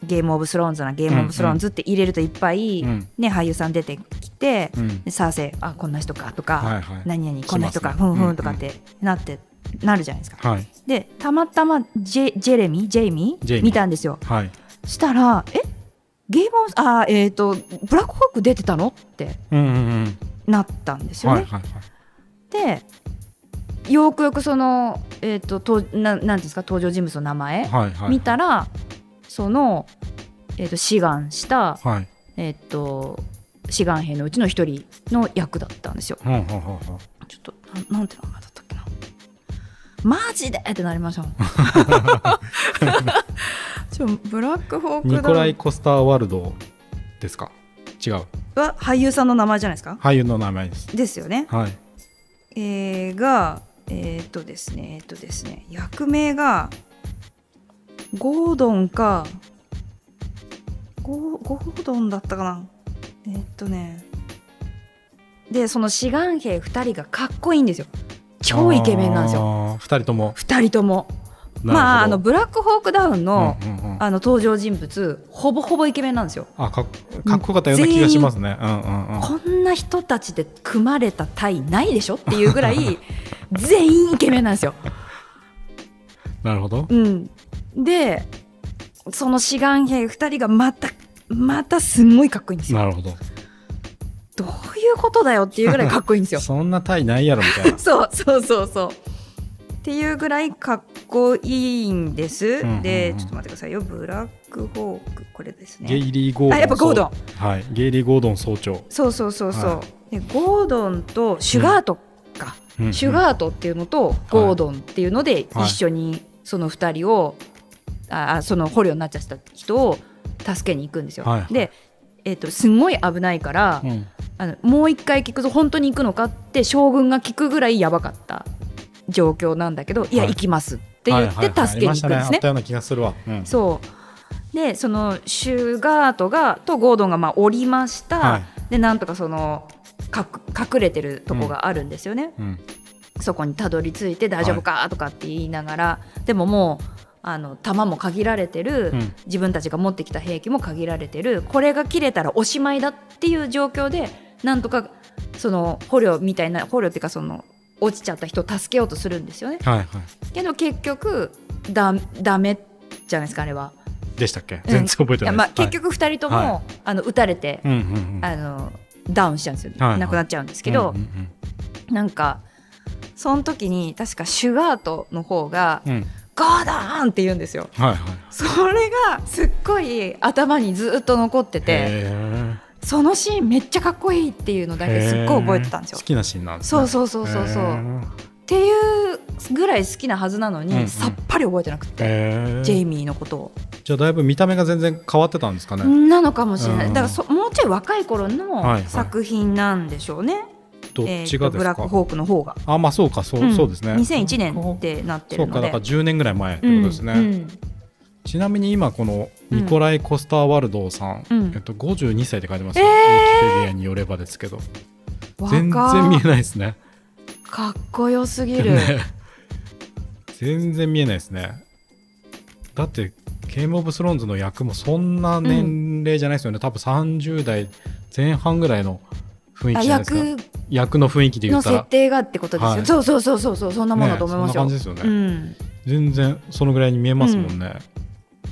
ゲームオブスローンズなゲームオブスローンズって入れるといっぱい、
うん
ね俳優さん出てきて、
うん
でサーセイあこんな人かとか、
はいはい
何々こんな人か、
します
ふ
ね
んふんとかってなって、なるじゃないですか。
はい
でたまたまジェジェレミージェイミ
ジェイ
ー
ミー
見たんですよ
はい
したらえゲームオブあえっ、とブラックホーク出てたのって
うんうんうん
なったんですよ
はいはい
ね、
は
で
い
よくよくそのえっ、ととななんていうんですか登場人物の名前、
はいはい
見たら、その、えー、と志願した、
はい
えー、と志願兵のうちの一人の役だったんですよ
うんうんうんうん
ちょっとなんなんて名前だったっけなマジでってなりましたも ん ちょブラックホー
ニ
ク
コ
ダ
ラ
ウ
イ・
ン
コスター・ワルドですか違う
は俳優さんの名前じゃないですか
俳優の名前です
ですよね
はい
えー、がえーっとですねえーっとですね役名がゴードンかゴーゴードンだったかなえーっとねでその志願兵2人がかっこいいんですよ超イケメンなんですよ
よ二人とも
2人ともまああのブラックホークダウンの,、あの登場人物ほぼほぼイケメンなんですよ
あかっかっこよかったような気がしますね。うんうんうん。
こんな人たちで組まれた隊ないでしょっていうぐらい全員イケメンなんですよ
なるほど。
うん、でその志願兵2人がまたまたすんごいかっこいいんですよ
なるほど。
どういうことだよっていうぐらいかっこいいん ですよ。
そんなタイないやろみた いな
そうそうそうそうっていうぐらいかっこいいんです、
んうんうん
でちょっと待ってくださいよブラックホークこれです
ゲ
ね
イリー・ゴードン。
あやっぱゴードン
そう。はい。ゲイリー・ゴードン総長。
そうそうそうそう、
は
でゴードンとシュガートか、
うんうん
シュガートっていうのとゴードンっていうので
はい
一緒にその2人を、ああその捕虜になっちゃった人を助けに行くんですよ。
はい
で、えっとすんごい危ないから、
うん。
あのもう一回聞くぞ本当に行くのかって将軍が聞くぐらいやばかった状況なんだけど、い、や
はい
行きますって言って助けに行くんです
ありましたあ
ね
った。ような気がするわ。うん
そうでそのシュガートがとゴードンがまあ降りました、
はい
でなんとかそのかく隠れてるとこがあるんですよね、
うん。
そこにたどり着いて大丈夫かとかって言いながら、でももうあの弾も限られてる、
うん
自分たちが持ってきた兵器も限られてるこれが切れたらおしまいだっていう状況でなんとかその捕虜みたいな捕虜っていうかその落ちちゃった人を助けようとするんですよね
はいはい。
けど結局だダメじゃないですかあれは。
でしたっけ全然覚えて
いや
ない
まあ、
です
結。局2人とも、
は
あの撃たれて、
はいうんうんうん。
あのダウンしちゃうんですよ、ね
はいはい
なくなっちゃうんですけど
うん、うん
なんかその時に確かシュガートの方が
うん。うん
「ゴーダーン!」って言うんですよ。
はいはい。
それがすっごい頭にずっと残ってて
へー
そのシーンめっちゃかっこいいっていうのだけすっごい覚えてたんですよ
へー好。きなシーンなんです
そう
ね。
そうそうそうそう。っ
へー
ていうぐらい好きなはずなのに、
うんうん
さっぱり覚えてなくて、
へー
ジェイミーのことを。
じゃあだいぶ見た目が全然変わってたんですかね。
なのかもしれない、
うん
だからそもうちょい若い頃
はいは
の
い
作品なんでしょうね、
どっ
えー
ち
と
がで
ブ
す
ラック
か。
ホークの方が、
あまあそうかそう、
ん
そうですね。
2001年ってなって
そ
る
うか
の
だ
で
から10年ぐらい前って
う
こ
ん
とですね。
うん
ちなみに今このニコライ・コスターワルドーさん、
うん
えっと、52歳って書いてますよ、
えー
ウィキペディアによればですけど全然見えないですね
かっこよすぎる、
ね全然見えないですねだってゲームオブスローンズの役もそんな年齢じゃないですよね、多分30代前半ぐらいの雰囲気
あ
じゃないですか役
役
の雰囲気で言
の
ったら
設定がってことですよ、
はい
そうそうそうそうそうそんなものだと思いますよ、
ねそんな感じです
う
よね、
ん、
全然そのぐらいに見えますもんね、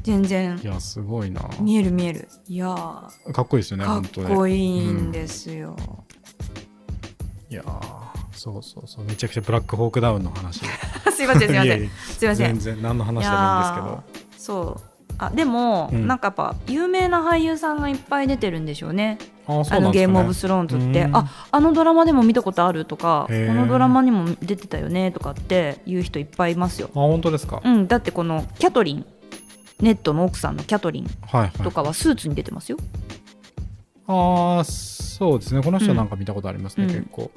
全然
いやすごいな
見える見えるいやー
かっこいいですよね
かっ
本当
こ
ね
いいんですよ、
いやーそうそうそうめちゃくちゃブラックホークダウンの 話すい
すいませんすいません
ん
すいません
全然何の話でもいいんですけど
そうあでも、
うん
なんかやっぱ有名な俳優さんがいっぱい出てるんでしょうね
あーそ
あ
うな
の
んで
ゲ
す
ー
か
ムオ
ね
ブスローンズっ
う
て
ん
ああのドラマでも見たことあるとかこ
へー
のドラマにも出てたよねとかって言う人いっぱいいますよ
あ、本当ですか、
うんだってこのキャトリンネットの奥さんのキャトリン
はいはい
とかはスーツに出てますよ、
ああそうですねこの人
うん
なんか見たことありますね、
うん
結構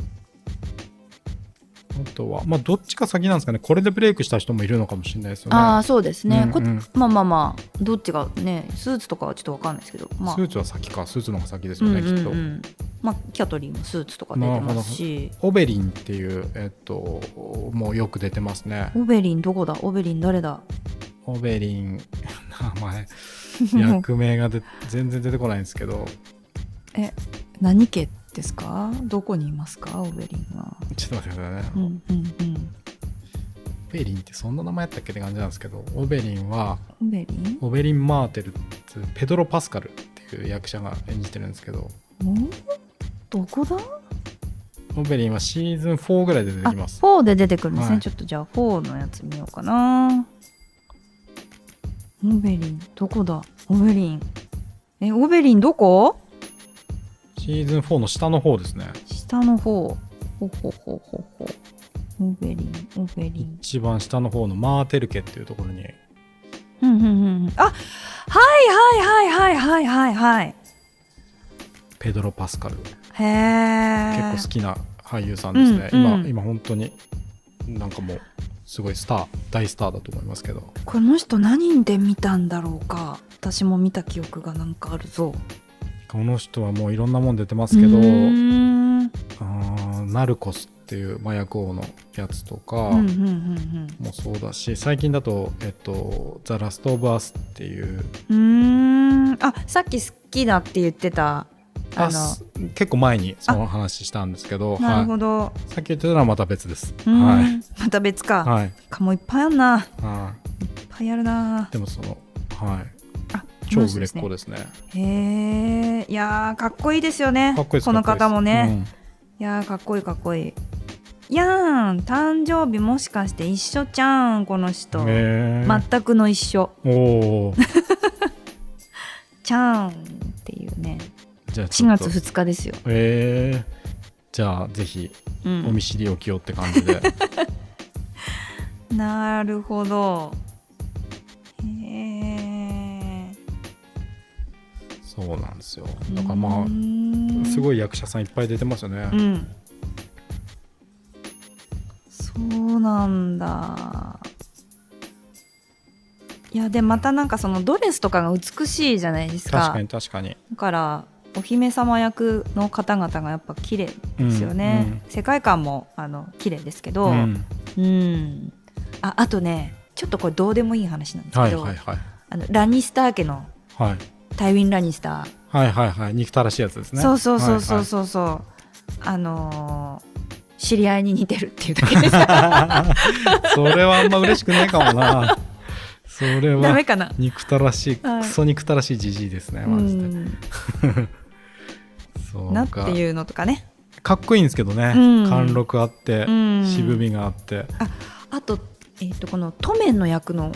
あとはまあどっちか先なんですかねこれでブレイクした人もいるのかもしれないですよね
ああそうですね、
うん
こ
うん
まあまあまあどっちがねスーツとかはちょっとわかんないですけどまあ
スーツは先かスーツの方が先です
う
よ
んう
ね、
んう
きっ
んまあキャトリンもスーツとか出てますし
とオベリンっていうえっともうよく出てますね
オベリンどこだオベリン誰だ
オベリン 名前役名がで全然出てこないんですけど
何家ですかどこにいますかオベリンは、
ちょっと待ってくださいね、
うん
オ
うんうん、
ベリンってそんな名前やったっけって感じなんですけどオベリンは
オベリン
オベリン・マーテルっていうペドロ・パスカルっていう役者が演じてるんですけど
おどこだ
オベリンはシーズン4ぐらいで出て
あ
きます
4で出てくるんですね、
はい
ちょっとじゃあ4のやつ見ようかなオベリンどこだオベリンえオベリンどこ
シーズン4の下の方ですね
下の方ほほほほほオベリンオベリン
一番下の方のマーテル家っていうところに
うんうんうんうんあはいはいはいはいはいはいはい
ペドロ・パスカル
へえ
結構好きな俳優さんですね、
うんうん
今今本当になんかもうすごいスター大スターだと思いますけど
この人何で見たんだろうか私も見た記憶がなんかあるぞ
この人はもういろんなもん出てますけど
うーん
あーナルコスっていう麻薬王のやつとか、
うんうんうん
もそうだし最近だと「えっと、ザ・ラスト・オブ・アス」っていう
うんうーんあさっき好きだって言ってたあ
あ
の
す結構前にその話したんですけど
なる
は
ほど、
い、さっき言ってたのはまた別です。
うーん
はい
また別か、
はい
かもいっぱいあるな
はい、
っぱいあるない
でもその、はい、
あこ
超
の人
売れっ子
で
ですね。
すねへえいやーかっこいいですよね
かっこいいです
この方もね、
かっこいいです
いやーかっこいいかっこいいやーん誕生日もしかして一緒ちゃーんこの人、
うんへー
全くの一緒
おお。
ちゃーんっていうね
じゃあち
4
ょっと
月2日ですよ、
えーじゃあぜひ
う
お見
ん、
知りおきようって感じで、
なるほどへえ
そうなんですよだからまあ
あ
す
い
ごい役者さんいっぱい出てますよね、
うんそうなんだいやでまたなんかそのドレスとかが美しいじゃないですか
確かに確かに
だからお姫様役の方々がやっぱ綺麗ですよね、
うん
世界観もあの綺麗ですけ
う
ど、
ん、
うん、ああとねちょっとこれどうでもいい話なんです
は
け
い
ど、
はいはい
あのラニスター家の
はい
タイウィン・ラニスタ
はいはいはい憎たらしいやつです
ー、
ね
そうそうそう
は
そ
いは
う
い
そうそう、あのー知り合いに似てるっていうだけで
それはあんま嬉しくないかも な。 それ
ダ
は
メかな、
憎たらしい、
はい
クソ憎たらしいじじいですね、
う
マジで。
ん、
そう
な
な
っ
ん
て
か
いうのとかね、
かっこいいんですけどね、
うん
貫禄あって
う、ん、
渋みがあって。
あと,、えっとこのトメンの役の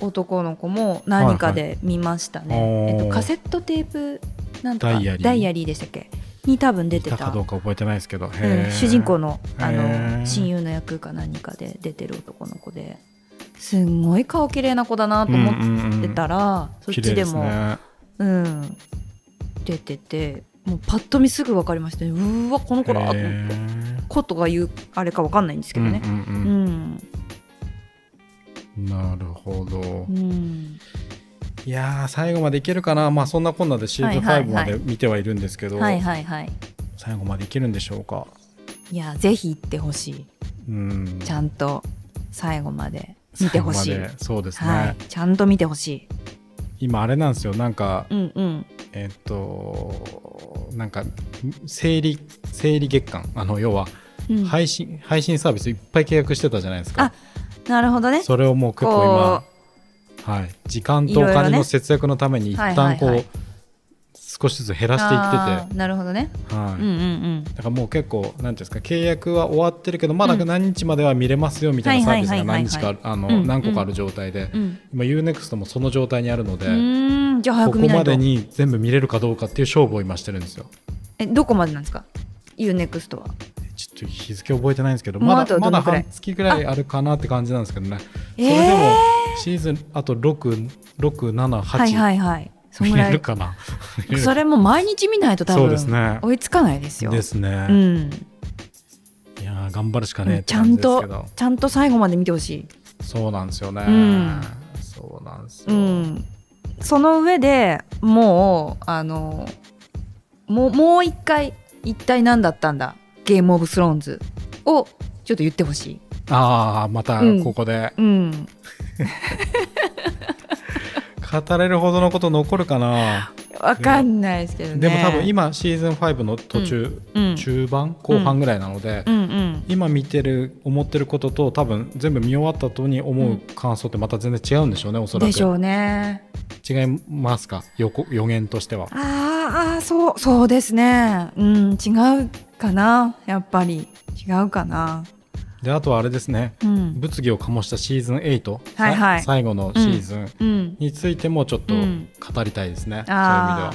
男の子も何かで見ましたね、
はいはい
えっ
お
と、
ー
カセットテープなんとか
ダイアリー
でしたっけに多分出
出
て
て
た
たかどうか覚えてないですけど、
う
へ
ん
ー
主人公のあ
へ
の
ー
親友の役か何かで出てる男の子ですんごい顔綺麗な子だなと思っ
うんうんう
て
ん
たら、そっ
綺
ち
麗
ですも
ね
うん、出ててもうパッと見すぐ分かりましたねうーわこの子だと
へ
思って
ー
子とかいうあれか分かんないんですけ
う
ど
ん
ね。
う
うんん
うんなるほど
うん
いやー最後までいけるかなまあそんなこんなでシーズン
はいはい
5
は
ま
い
で見てはいるんですけど、
はいはいはい
最後までいけるんでしょうか
いやぜひ行ってほしい
うん
ちゃんと最後まで見てほしい、
最後までそうですね、
はい、ちゃんと見てほし
今あれなんですよなんか
いうんうん
えっとなんか生理生理月間あの要は
うん、
配信、配信サービスいっぱい契約してたじゃないです
あ
か
なるほどね
それをもう結構今はい、時間とお
いろいろ
金
ね
の節約のために一
はいはいは
旦
い
こう、少しずつ減らしていっ
あーなるほどね、
てて、はい
うんうんうん
だからもう結構なんていうんですか契約は終わってるけどまだ何日までは見れますよみたいなサービス
は
が
いはいはいはい
何日かあるあ
うんう
の
ん
何個かある状態で
うん
今 UNEXT もその状態にあるの
う
で
ーんじゃあ早
こ
く
こ
見な
ま
いと
でに全部見れるかどうかっていう勝負を今してるんですよ
えどこまでなんですか UNEXT は
ちょっと日付覚えてないんですけど
もう
ま
あと
だ
ど
まだ
のくらい
半月ぐらいあるかなって感じなんですけどねそ
え
れでも
え
シーズンあと
ーはいは
678
いはいそん
見
ぐら
れる
い
かな
それも毎日見ないと多
そうです
分
ね
追いつかないですよ
ですね、
うん
いやー頑張るしかねえって
ちゃん
感じです
と
けど
ちゃんと最後まで見てほしい
そうなんですよね、
うん
そうなんです
う
よ、
ん、その上でもうあのもうもう一回一体何だったんだゲームオブスローンズをちょっと言ってほしい、
ああまた
うん
ここで
うん、
語れるほどのこと残るかな、
わかんないですけどね
でも多分今シーズン5の途中、
うん
中盤後半ぐらいなので、
うんうん
今見てる思ってることと多分全部見終わった後に思う感想ってまた全然違うんでしょうねおそら
でし
く
ょうね
違いますか予告予言としては
あーあーそうそうですねうん違うかなやっぱり違うかな
であとはあれですね
うん
物議を醸したシーズン8、
はいはい
さ最後のシーズン
うん
についてもちょっと
うん
語りたいですね、そういう
ああ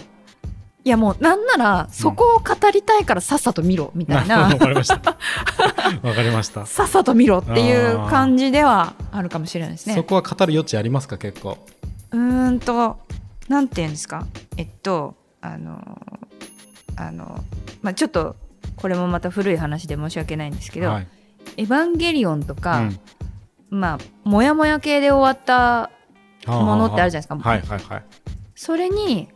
いやもうなんならそこを語りたいからさっさと見ろみ
意
た
味
い
では
な
なるほどわかりましたわかりました
さっさと見ろっていう感じではあるかもしれないです
そ
ね。
こは語る余地ありますか結構
うーんとなんて言うんですかえっとあのあの、まあ、ちょっとこれもまた古い話で申し訳ないんですけど「
はい
エヴァンゲリオン」と
う
か
ん、
まあモヤモヤ系で終わったものってあるじゃないですか
はいはいはい
それに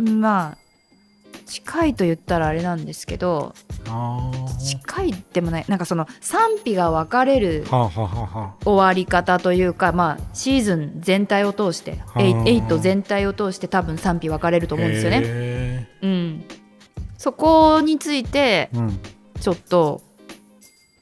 まあ近いと言ったらあれなんですけど
あ
近いでもないなんかその賛否が分かれる
あはあはあはあは
終わり方というか、まあ、シーズン全体を通して
あー
8全体を通して多分賛否分かれると
と
思うんですよね。
ね
うん、そこについて
うん
ちょっと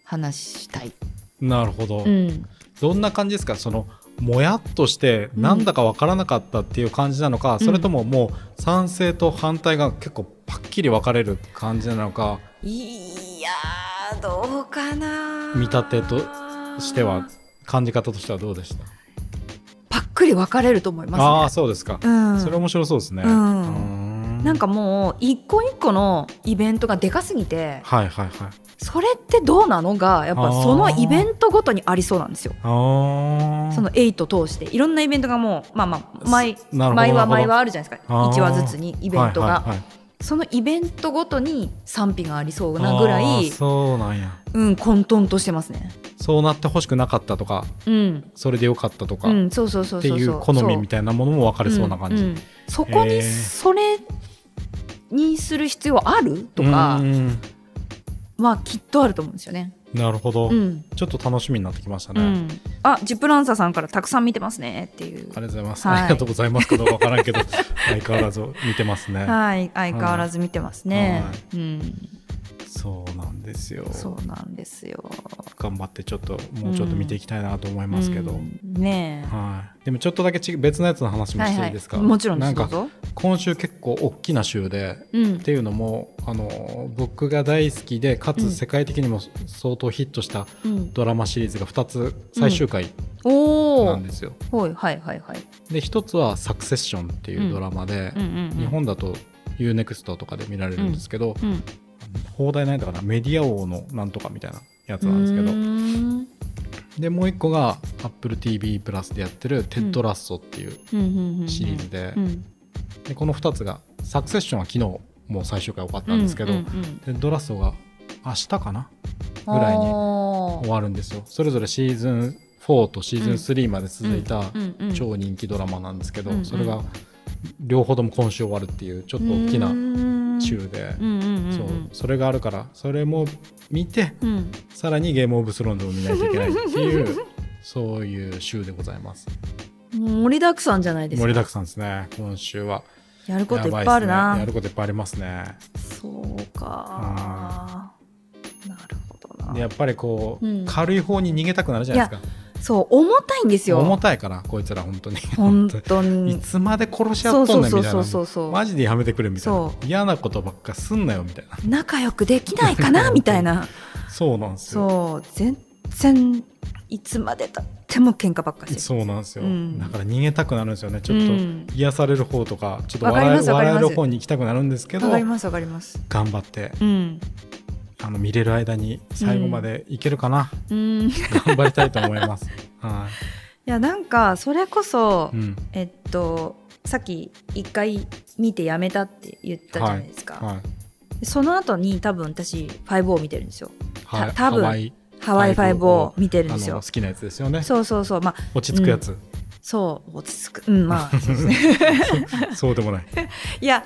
話したい。
なるほど、
うん、
どんな感じですかそのもやっとして
うん
なんだかわからなかったっていう感じなのか、それとももう賛成と反対が結構パッキリ分かれる感じなのか
いやーどうかな
見立てとしては感じ方としてはどうでした
パックリ分かれると思い
ああ
ま
ー
す
そうですか、
ね。うん、
それ面白そうですね、
うん
うー
なんかもう一個一個のイベントがでかすぎて
はいはいはい
それってどうなのがやっぱそのイベントごとにありそうなんですよ。
ああ
その8通していろんなイベントがもうまあまあ毎
なるほ
毎
どなる
は
ほど
毎はあるじゃないですか
あー
1話ずつにイベントが、
はいはいはい
そのイベントごとに賛否がありそうなぐら
あ
い
ーそうなんや
うん混沌としてますね
そうなってほしくなかったとか
うん、
それでよかったとか、
う
っ
ん、そうそうそう
て
そう
い
そう
好みみたいなものも分かれそうな感じ、
んんそこ
へ
に
ー
それにする必要あるとか
うんうん
はきっとあると思うんですよね
なるほど、
うん、
ちょっと楽しみになってきました
う
ね、
ん、あジップランサーさんからたくさん見てますねっていう
ありがとうございます、
はい
ありがとうございますけど分からん けど相変わらず見てますね、
はい相変わらず見てますね、うん
そうなんですよ
そうなんですよ
頑張ってちょっともうちょっと見ていきたいなと思いますけど、
うんねえ
はい、でもちょっとだけち別のやつの話もしていいですか、
もちろんで
な
す
ん
どう
か
ぞ
今週結構大きな週で
うん
っていうのもあの僕が大好きでか
うん
つ世界的にも相当ヒットした
うん
ドラマシリーズが2つ最終回
お
な
お
んですよ。
はいはいはいはい
で1つは「サクセッション」っていうドラマで、
うんうんうん
日本だと UNEXT とかで見られるんですけど、
うん
放題ないだからメディア王のなんとかみたいなやつ
う
なんですけど、
ーん
でもう1個が AppleTV プラスでやってる「テッドラッソ」っていう
うんうんうん
シリーズで,、
うん
でこの2つが「サクセッション」は昨日もう最終回終わったんですけど、
うんうんうん
テッドラッソが明日かなぐらいに
あー
終わるんですよそれぞれシーズン4とシーズン3まで続いた
うんうんうん
超人気ドラマなんですけ
うんう
ど
ん
それが両方とも今週終わるっていうちょっと大きな週で
うんうんうん
そうそれがあるからそれも見て
うんうん
さらにゲームオブスローンズを見ないといけないっていう そういう週でございます
もう盛りだくさんじゃないです
盛り
か
だくさんですね今週は
やることいっぱ
やば
いある
ですね
な、
やることいっぱいありますね
そうかなるほどな
でやっぱりこう、
うん
軽い方に逃げたくなるじゃないです
そう重たいんです
か重
よ
たいからこいつら本当に
本
本
当
当にい
に
つまで殺し合
そ
っ
う
と
そ
ん
う
ねん
そ
み
う
たい
そう
な
そうそう
マジでやめてくれみたいな
そ
嫌なことばっかすんなよみたいな
仲良くできないかなみたい な
そうなんですよ
そう全然いつまでたっても喧嘩ばっかりしてる
そうなんですよ、
うん
だから逃げたくなるんですよねちょっ
う
と
ん
癒される方とかちょっと
わかり
笑
ま
え
すわかり
笑
ます
える方に行きたくなるんですけど
わかりますわかります
頑張って
うん
あの見れる間に最後までいける かな、
うんい
頑張りたいと思います。は
やなんかそれこそ
い、うん、
えっとさっき一回見てやめたって言ったじゃないですか、
はい、
その後に多分私5を見てるんですよ
はい、
多分
ハワイ
ハワイ5を見てるん
あ
です
の
よ
好きなやつですよね。
そうそうそうまあ
落ち着くやつ、
そう落ち着くうん まあそうですね
そうでもない。
いや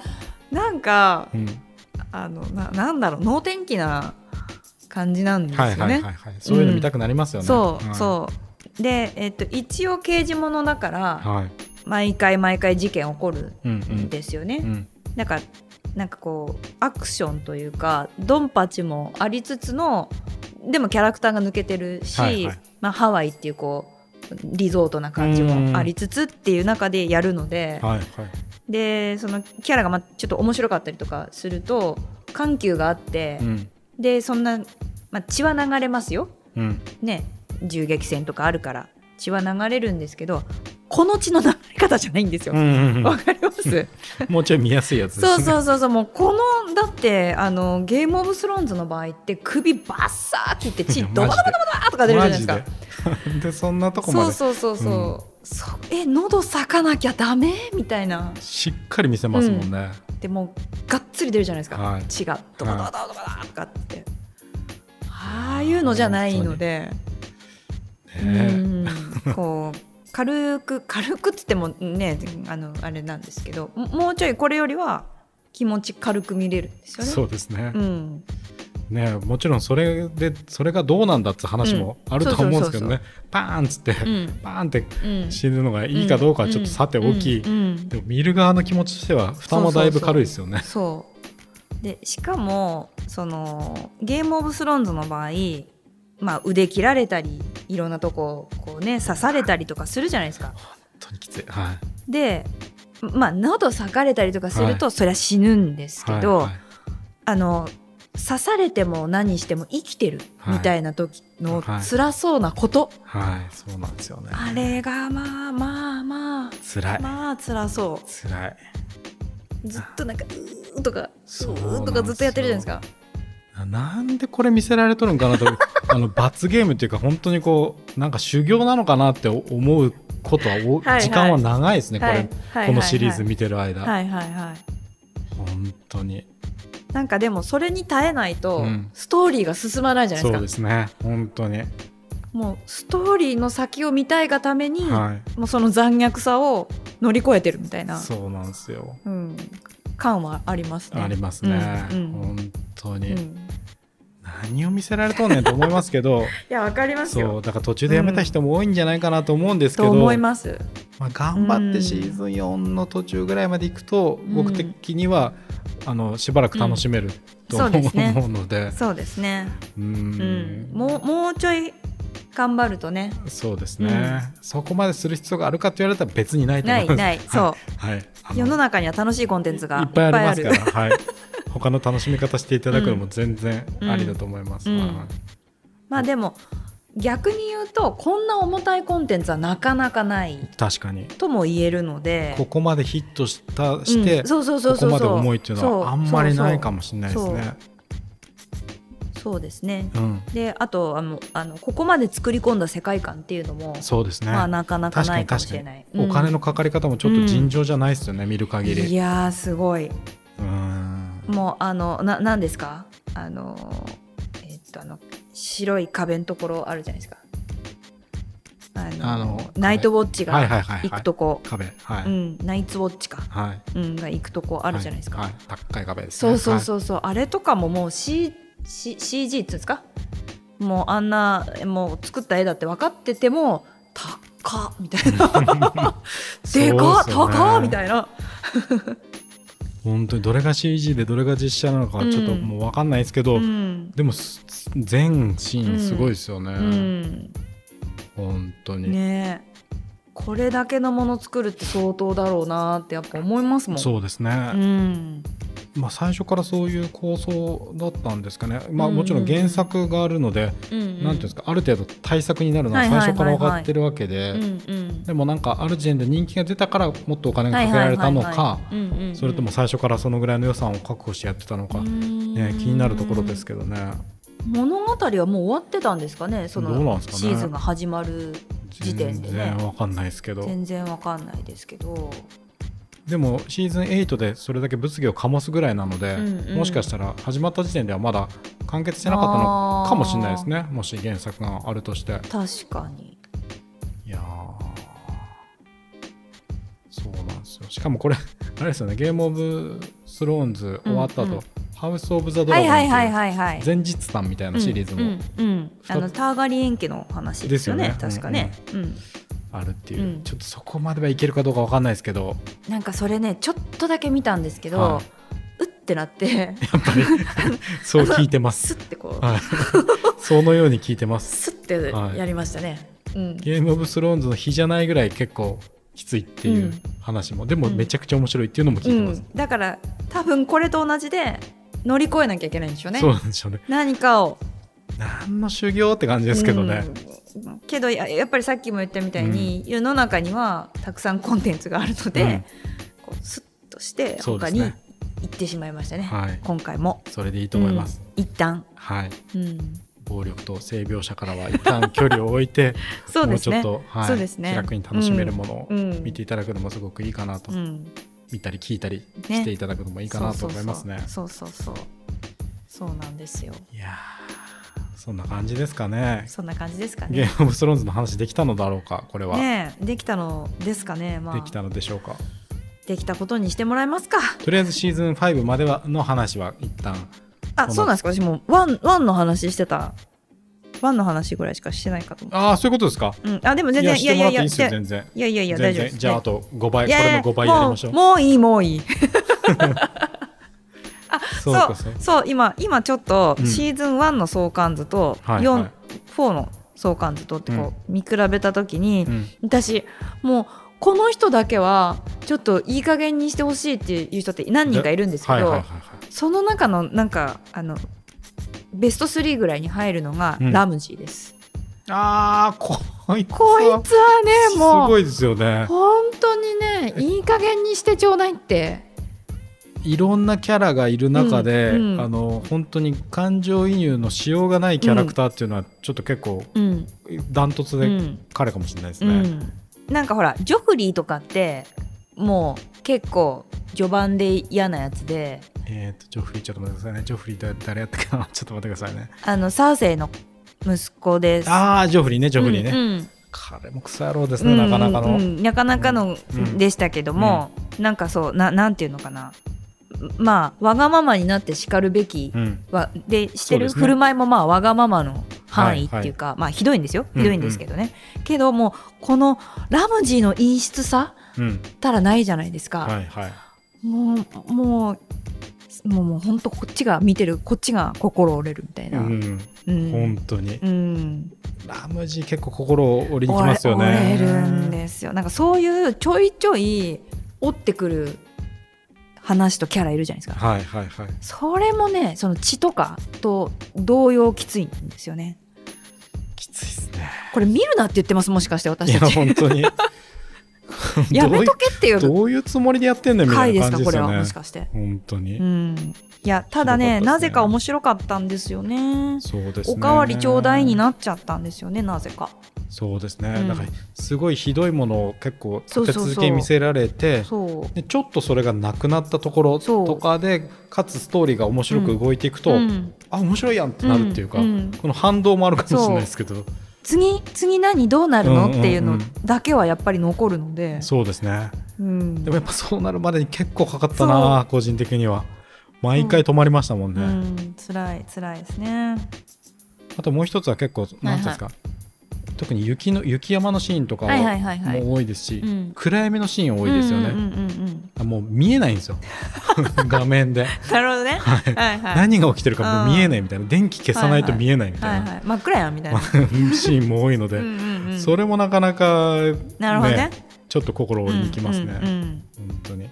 なんか
うん、
あのななんだろう能天気な感じなんですよ
は
ね
い、はいはいはい、そういうの見たくなりますよね。
そう、
はい、
そうで、えっと、一応刑事ものだから
はい、
毎回毎回事件起こる
うん
んですよね、
うん、うん、
なんかなんかこうアクションというかドンパチもありつつのでもキャラクターが抜けてるし、
はいはい
まあ、ハワイっていうこうリゾートな感じもありつつっていう中でやるので
はいはい。
でそのキャラがまちょっと面白かったりとかすると緩急があって、
うん、
でそんな、まあ、血は流れますよ、
うん、
ね、銃撃戦とかあるから血は流れるんですけどこの血の流れ方じゃないんですよ。
う
わ、
んうんうん、
かります
もうちょい見やすいやつです、ね。
そうそうそうそうもうこのだってあのゲームオブスローンズの場合って首バッサー切って血
いや
ドバドバドバドバーとか出るじゃないですか
マジで。で、そんなとこま
そう
で
そうそうそう、そうえ喉裂かなきゃダメみたいな
しっかり見せますもんね。
でもうがっつり出るじゃないですか、
はい
血がドバドバドバドバとかってああいうのじゃないので、
ね
うんこう軽く軽くっつってもねあのあれなんですけどももうちょいこれよりは気持ち軽く見れるんですよね。
そうですね。
うん
ねもちろんそれでそれがどうなんだって話もあると思うんですけど
うんそうそうそう
ねパーンっつって、
うん
パーンって
うん
死ぬのがいいかどうかはちょっとさておき、
うんうんうん
でも見る側の気持ちとしては負担もだいぶ軽いですよね。
そうでしかもそのゲームオブスローンズの場合、まあ、腕切られたりいろんなとここうね刺されたりとかするじゃないですか
本当にきつい。はい。
でまあ喉裂かれたりとかすると、そりゃ死ぬんですけど、
はい
あの刺されても何しても生きてる
はい
みたいな時の
はい
辛そうなこと、
はい、はいそうなんですよね。
あれがまあまあま
辛
あ
い。
まあ辛そう
辛い。
ずっとなんか「うー」とか「う
そう
ー」とかずっとやってるじゃないですか。
ななんでこれ見せられとるんかなと あの罰ゲームっていうか本当にこうなんか修行なのかなって思うことはお
はいはい
時間は長いですねこれ、
はいはい
このシリーズ
はい
見てる間、
はいはいはい
本当に
なんかでもそれに耐えないと
うん
ストーリーが進まないじゃない
そう
で
です
か、
すね本当に、
もうストーリーの先を見たいがために、
はい
もうその残虐さを乗り越えてるみたいな
そうなんですよ、
うん、感はありますね
ありますね、
うんうん
本当に、
うん
何を見せられとんねんと思います けど
いやわかります
そ
よ
うだから途中でやめた人も多いんじゃないかなと思うんですけ
と
ど、
思い
ま
ます
あ、頑張ってシーズン4の途中ぐらいまで行くと、
ん
僕的にはあのしばらく楽しめると思
そうですね
うので、
そうですね、
う
うん
ん
もうもうちょい頑張ると ね
そうですね、そこまでする必要があるかって言われたら別にないと思
ないい
ます。
ないそう
はい、はいあの
世の中には楽しいコンテンツが
い
い
っ
っ
ぱ
ぱ
い
い
あ
あ
り
る
ますから、はい、他の楽しみ方していただくのも全然ありだと思います。
うん
はい
まあでも逆に言うとこんな重たいコンテンツはなかなかない
確かに
とも言えるので
ここまでヒットしたして、
うんそうそうそう
ここ
そう
ま
そ
で
う
重いっていうのはあんまりないかもしれないです
そう
ね。
そうそうですね
うん、
であとあのあのここまで作り込んだ世界観っていうのも、
そうですね。
まあなかなか
確か
な
に
いかも
確
し
か
れ
に
ない、
お
うん
金のかかり方もちょっと尋常じゃないですよね、見る限
い
り。
やーすごい
うん、
もうあのな何ですかあのーえっとあの白い壁のところあるじゃないですかああの
あの
ナイトウォッチ
はい
が
はいは
行
いは
く
い
とこ、
壁はい、
うん、ナイツウォッチか、
はい
うん、が行くとこあるじゃないですか、
はいはい高い壁です、
そ
ね、
うそう
う、
そうそう、あれとかももう、C C、CG っつうんですかもうあんなもう作った絵だって分かってても高っみた いなでかっ、
そうっすよね
高っみたいな
はい本当にどれが CG でどれが実写なのかちょっと
うん
もう分かんないですけど、
うん、
でもす全シーンすごいですよね、
うん、
本当に、
ねえこれだけのもの作るって相当だろうなってやっぱ思いますもん
そうですね、
うん
まあ、最初からそういう構想だったんですかね、まあ、
うん
もちろん原作があるので、
うんうん、
なんていうんですかある程度対策になるのは
はい
最
はいはい
初から分かってるわけで、
うんうん
でもなんかある時点で人気が出たからもっとお金がかけられたのか、それとも最初からそのぐらいの予算を確保してやってたのか、ね、気になるところです
け
けどね
ど物語はもう終わってたんですかねそ
どうなん
の
ですかね
シーズンが始まる時点
全
でね
然分かんないですけど
全然わかんないですけど
でもシーズン8でそれだけ物議を醸すぐらいなので、
うんうん
もしかしたら始まった時点ではまだ完結してなかったのかもしれないですねもし原作があるとして。
確かに
いやーそうなんですよ。しかもこれ、 あれですよね、ゲームオブスローンズ終わった後、
うんうん
ハウス・オブ・ザ・ド
は
ラゴ
いはいはい
ン
はいはい
ズ前日談みたいなシリーズ
うん
も
うんうんあのターガリエン家の話ですよね
ですよね
確かね、うん
あるっていう、
うん
ちょっとそこまではいけるかどうかわかんないですけど、
なんかそれねちょっとだけ見たんですけど、
は
うってなって
やっぱりそう聞いてま
ス
す。
ッてこう、
はい、 そのように聞いてま
ス
す。
ッて
はい
やりましたね、うん
ゲームオブスローンズの日じゃないぐらい結構きついっていううん話も、でもめちゃくちゃ面白いっていうのも聞いてま
う
す。
ん、だから多分これと同じで乗り越えなきゃいけないんでしょうね
そうなんでしょうね。
何かを
何の修行って感じですけどね。
うんけどややっぱりさっきも言ったみたいに、世の中にはたくさんコンテンツがあるので、
うん
こうスッとして
そう
他
です
に
ね
行ってしまいましたね
はい
今回も。
それでいいと思います。
うん一旦、
はい。
うん、
暴力と性描写からは一旦距離を置いて
そうですね
もうちょっと、はい、
そうですね
気楽に楽しめるものを
うん
見ていただくのもすごくいいかなと、
うん、
見たり聞いたり
ね
していただくのもいいかなと思いますね。
そうそうそうそうそうそうなんですよ
いやーそんな感じですかね。
そんな感じですか
ゲ
ね
ームオブスローンズの話できたのだろうかこれは、
ねえできたのですかねまあ
できたのでしょうか。
できたことにしてもらえますか
とりあえずシーズン5まではの話は一旦
あ
この
そうなんですか私もワンワンの話してたワンの話ぐらいしかしてないかと思
ああそういうことですか。
う、うん、あでも全然い
い
や
や
い
してもら
や
っ
いや
ていいで
い
すよ
や
全然。
いやいやいや大
全
丈夫で
然
す
じゃああと5倍
いやいや
これの5倍やりましょう。
もうもういいもういい
そう
そ
か
う
そう
そう今今ちょっと
うん
シーズン1の相関図と
はい
4、
はい
4の相関図とってこう見比べた時に、
うん
私もうこの人だけはちょっといい加減にしてほしいっていう人って何人かいるんですけど、
はいはいはいはい。
その中のなんかあのベスト3ぐらいに入るのが
うん
ラムジーです。
ああこいつ
こい
は
つはね
す
もう
ごいですよね
本当にねいい加減にしてちょうだいって。
いろんなキャラがいる中で、
うんうん
あの本当に感情移入のしようがないキャラクターっていうのはちょっと結構
うん
ダントツ
う
で
ん
彼かもしれないです
う
ね、
ん、なんかほらジョフリーとかってもう結構序盤で嫌なやつで
えっ、とジョフリーちょっと待ってくださいねジョフリーって誰やったかなちょっと待ってくださいね
あのサーセイの息子です。
ああジョフリーねジョフリーね、
うんうん
彼もクソ野郎です
う
ね、
ん
なかなかの、
うんうんなかなかの
うん
でしたけども、なんかそうななんていうのかなまあわがままになってしかるべき
うん
は、でして
そうで
る
すね
振る舞いもまあわがままの範囲っていうか、まあひどいんですよ
うん
ひどいんですけどね、けどもうこのラムジーの陰湿さ
うん
たらないじゃないですか、
はいはい
もうもうもうもう本当こっちが見てるこっちが心折れるみたいな、
う
うん
ん
うん
本当に、
うん、
ラムジー結構心を折りにきますよね
折れ折れるんですよなんかそういうちょいちょい折ってくる話とキャラいるじゃないですか
はいはいはい
それもねその血とかと同様きついんですよね
きついですね
これ見るなって言ってますもしかして
い
私
や
たち
本当に
やめと
ど
けっていう
ういどういうつもりでやってんねんみた
回
い
で
な
すか
感じで
こ
す
れ
よ
は
ね
もしかして
本当に、
うんいやただね
ひどかったですね
なぜか面白かったんですよね
そうですね
おかわりちょうだいになっちゃったんですよねなぜか
そうですね、
うん
なんかすごいひどいものを結構
そう
立
そ
て
うそう
続け見せられて
そう
でちょっとそれがなくなったところ
そう
とかでかつストーリーが面白く動いていくと、
うん
あ面白いやんってなるっていうか、
うんうん
この反動もあるかもしれないですけど、
次次何どうなるの、
うんうんうん
っていうのだけはやっぱり残るので、
そうですね
うん
でもやっぱそうなるまでに結構かかったな個人的には毎回止まりましたもん
う
ね、
ん、辛い辛いですね。
あともう一つは結構何ていうんですか、特に雪の雪山のシーンとか
はいは
はい
はいはい。
もう多いですし、
うん
暗闇のシーン多いですよね、
うんうんうんうん
もう見えない んですよ画面で、
なるほどね。
はい
はいはい。
何が起きてるかもう見えないみたいな電気消さないと見えないみた
はいい
な
はい。真っ暗やんみたいな。
シーンも多いので、
うんうんうん
それもなかなか、
なるほどね。
ちょっと心にいきますね、
うんうん
本当に、ま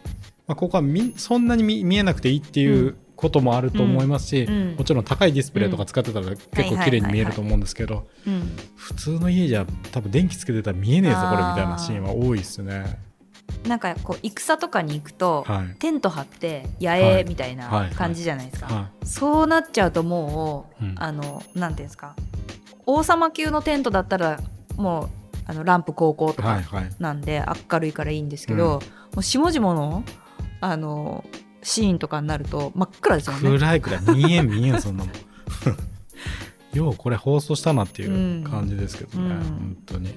あ、ここはみそんなに見見えなくていいっていうこともあると思いますし、
うんうん
もちろん高いディスプレイとか使ってたら結構綺麗に見えると思うんですけど
うんうん
普通の家じゃ多分電気つけてたら見えねえぞこれみたいなシーンは多いですね。
なんかこう戦とかに行くと、
はい
テント張って野
は
営
い
みたい
はいは
ない感じじゃないですか。
は
そうなっちゃうともう、
うん
あのなんていうんですか王様級のテントだったらもうあのランプ高校
い
と
はい
か
はい
なんで、明るいからいいんですけど、もう下々のあのシーンとかになると真っ暗ですよね。
暗いくらい見えん見えんそん なもんようこれ放送したなっていう感じですけどね、
うん
本当に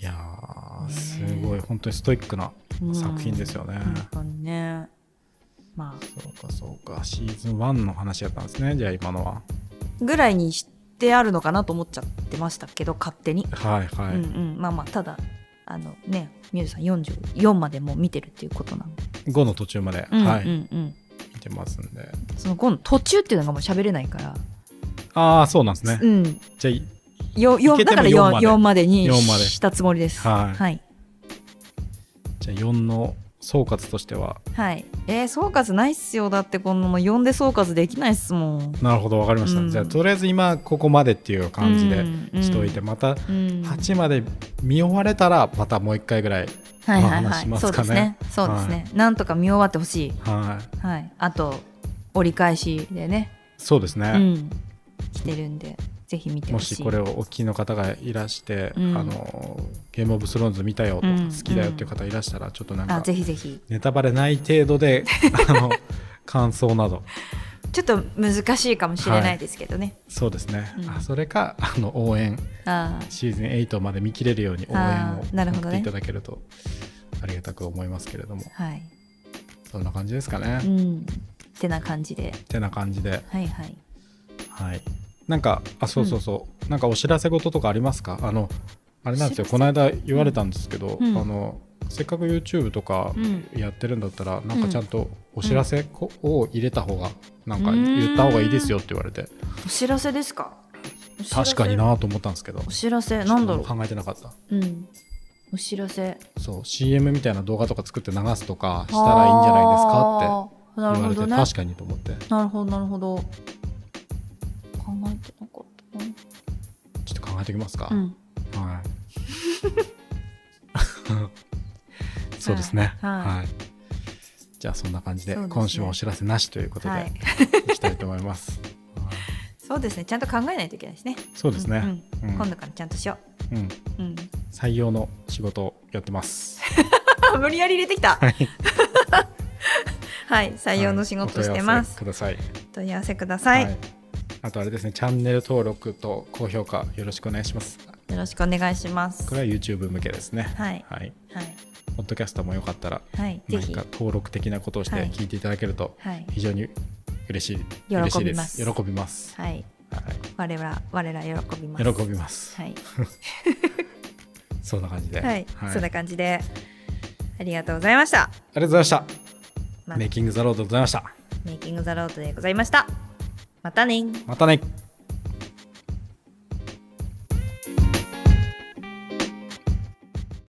いやー
ねえ
すごい本当にストイックな作品ですよね、
うん本当にね。まあ
そうかそうかシーズン1の話やったんですねじゃあ今のは
ぐらいにしてあるのかなと思っちゃってましたけど勝手に。
はいはい、
うんうん、まあまあただあのねミュウさん44までもう見てるっていうことなんで、
5の途中まで、
うんうん
はい
うん、
見てますんで
その今度途中っていうのがもう喋れないから、
ああそうなんですね
うん、
じゃあい
よ
いけ
よ
ても
だから
4ま
4,
で
4までに
4まで
したつもりです。
はい
はい
じゃあ4の総括としては
はいえー総括ないっすよだってこんなの4で総括できないっすもん。
なるほどわかりました、
うん
じゃあとりあえず今ここまでっていう感じでしといて、
も、
また
うん、
8まで見終われたらまたもう一回ぐらい
はいはい
お話
は
しま
い
す
そう
か
で
ね
すねそうですね、なんとか見終わってほし
はい
い、はい、あと折り返しでね、
そうですね、
うん、してるんでぜひ見て
も
ほしい。
しこれをお聞きの方がいらして、
うん
あのゲームオブスローンズ見たよとか、
うん
好きだよっていう方いらしたらちょっとなん
あ
か
ぜひぜひ
ネタバレない程 度であの感想など
ちょっと難しいかもしれないですけどね、
そうですね、
うん
あそれかあの応援
あー
シーズン8まで見切れるように応援を
あーなるほ
送
ど
っ
ね
ていただけるとありがたく思いますけれども
はい
そんな感じですかね。
う
っ
んってな感じで
てな感じで、
はいはい
はい、なんかあそうそうそう、なんかお知らせ事とかありますかあのあれなんですよ
お知らせ
この間言われたんですけど、
うん
あのせっかく YouTube とか
うん
やってるんだったら、なんかちゃんとお知らせこを入れた方がなんか言った方がいいですよって言われて
お知らせですかお知らせ
確かになと思ったんですけど
お知らせなんだろ
考えてなかった
ううんお知らせ
そう CM みたいな動画とか作って流すとかしたらいいんじゃないですかって
ってなるほ
言われて、
どね
確かにと思って
なるほどなるほど考えてなかったな
ちょっと考えておきますか、
うん
はい そうですね
はい
はい、じゃあそんな感じで
そうですね
今週もお知らせなしということ
は
で
い
いきたいと思います、はい
そうですねちゃんと考えないといけないですね
そうですね、
うんうん
うん
今度からちゃんとしよ
うん
ううん
採用の仕事をやってます
あ無理やり入れてきた
はい
はい採用の仕事してます
はいお問い合わせくださ
お問い合わせくださ
い、
い
はいあとあれですねチャンネル登録と高評価よろしくお願いします
よろしくお願いします。
これは YouTube 向けですね
はい
はい
はい
ポッドキャストもよかったら
はいぜ
何
ひ
か登録的なことをして
はい
聞いていただけると
はい
非常に嬉しい
びます
嬉しいです喜びます、
はい
は
我ら我ら喜びます。
い、喜びます、
はい
そんな感じで、
はい、そん
あ
な
りが
感じでありがとうございました。
とうございました、
ま
メイキングザロードでございました
メイキングザロードでございました。またね。
またね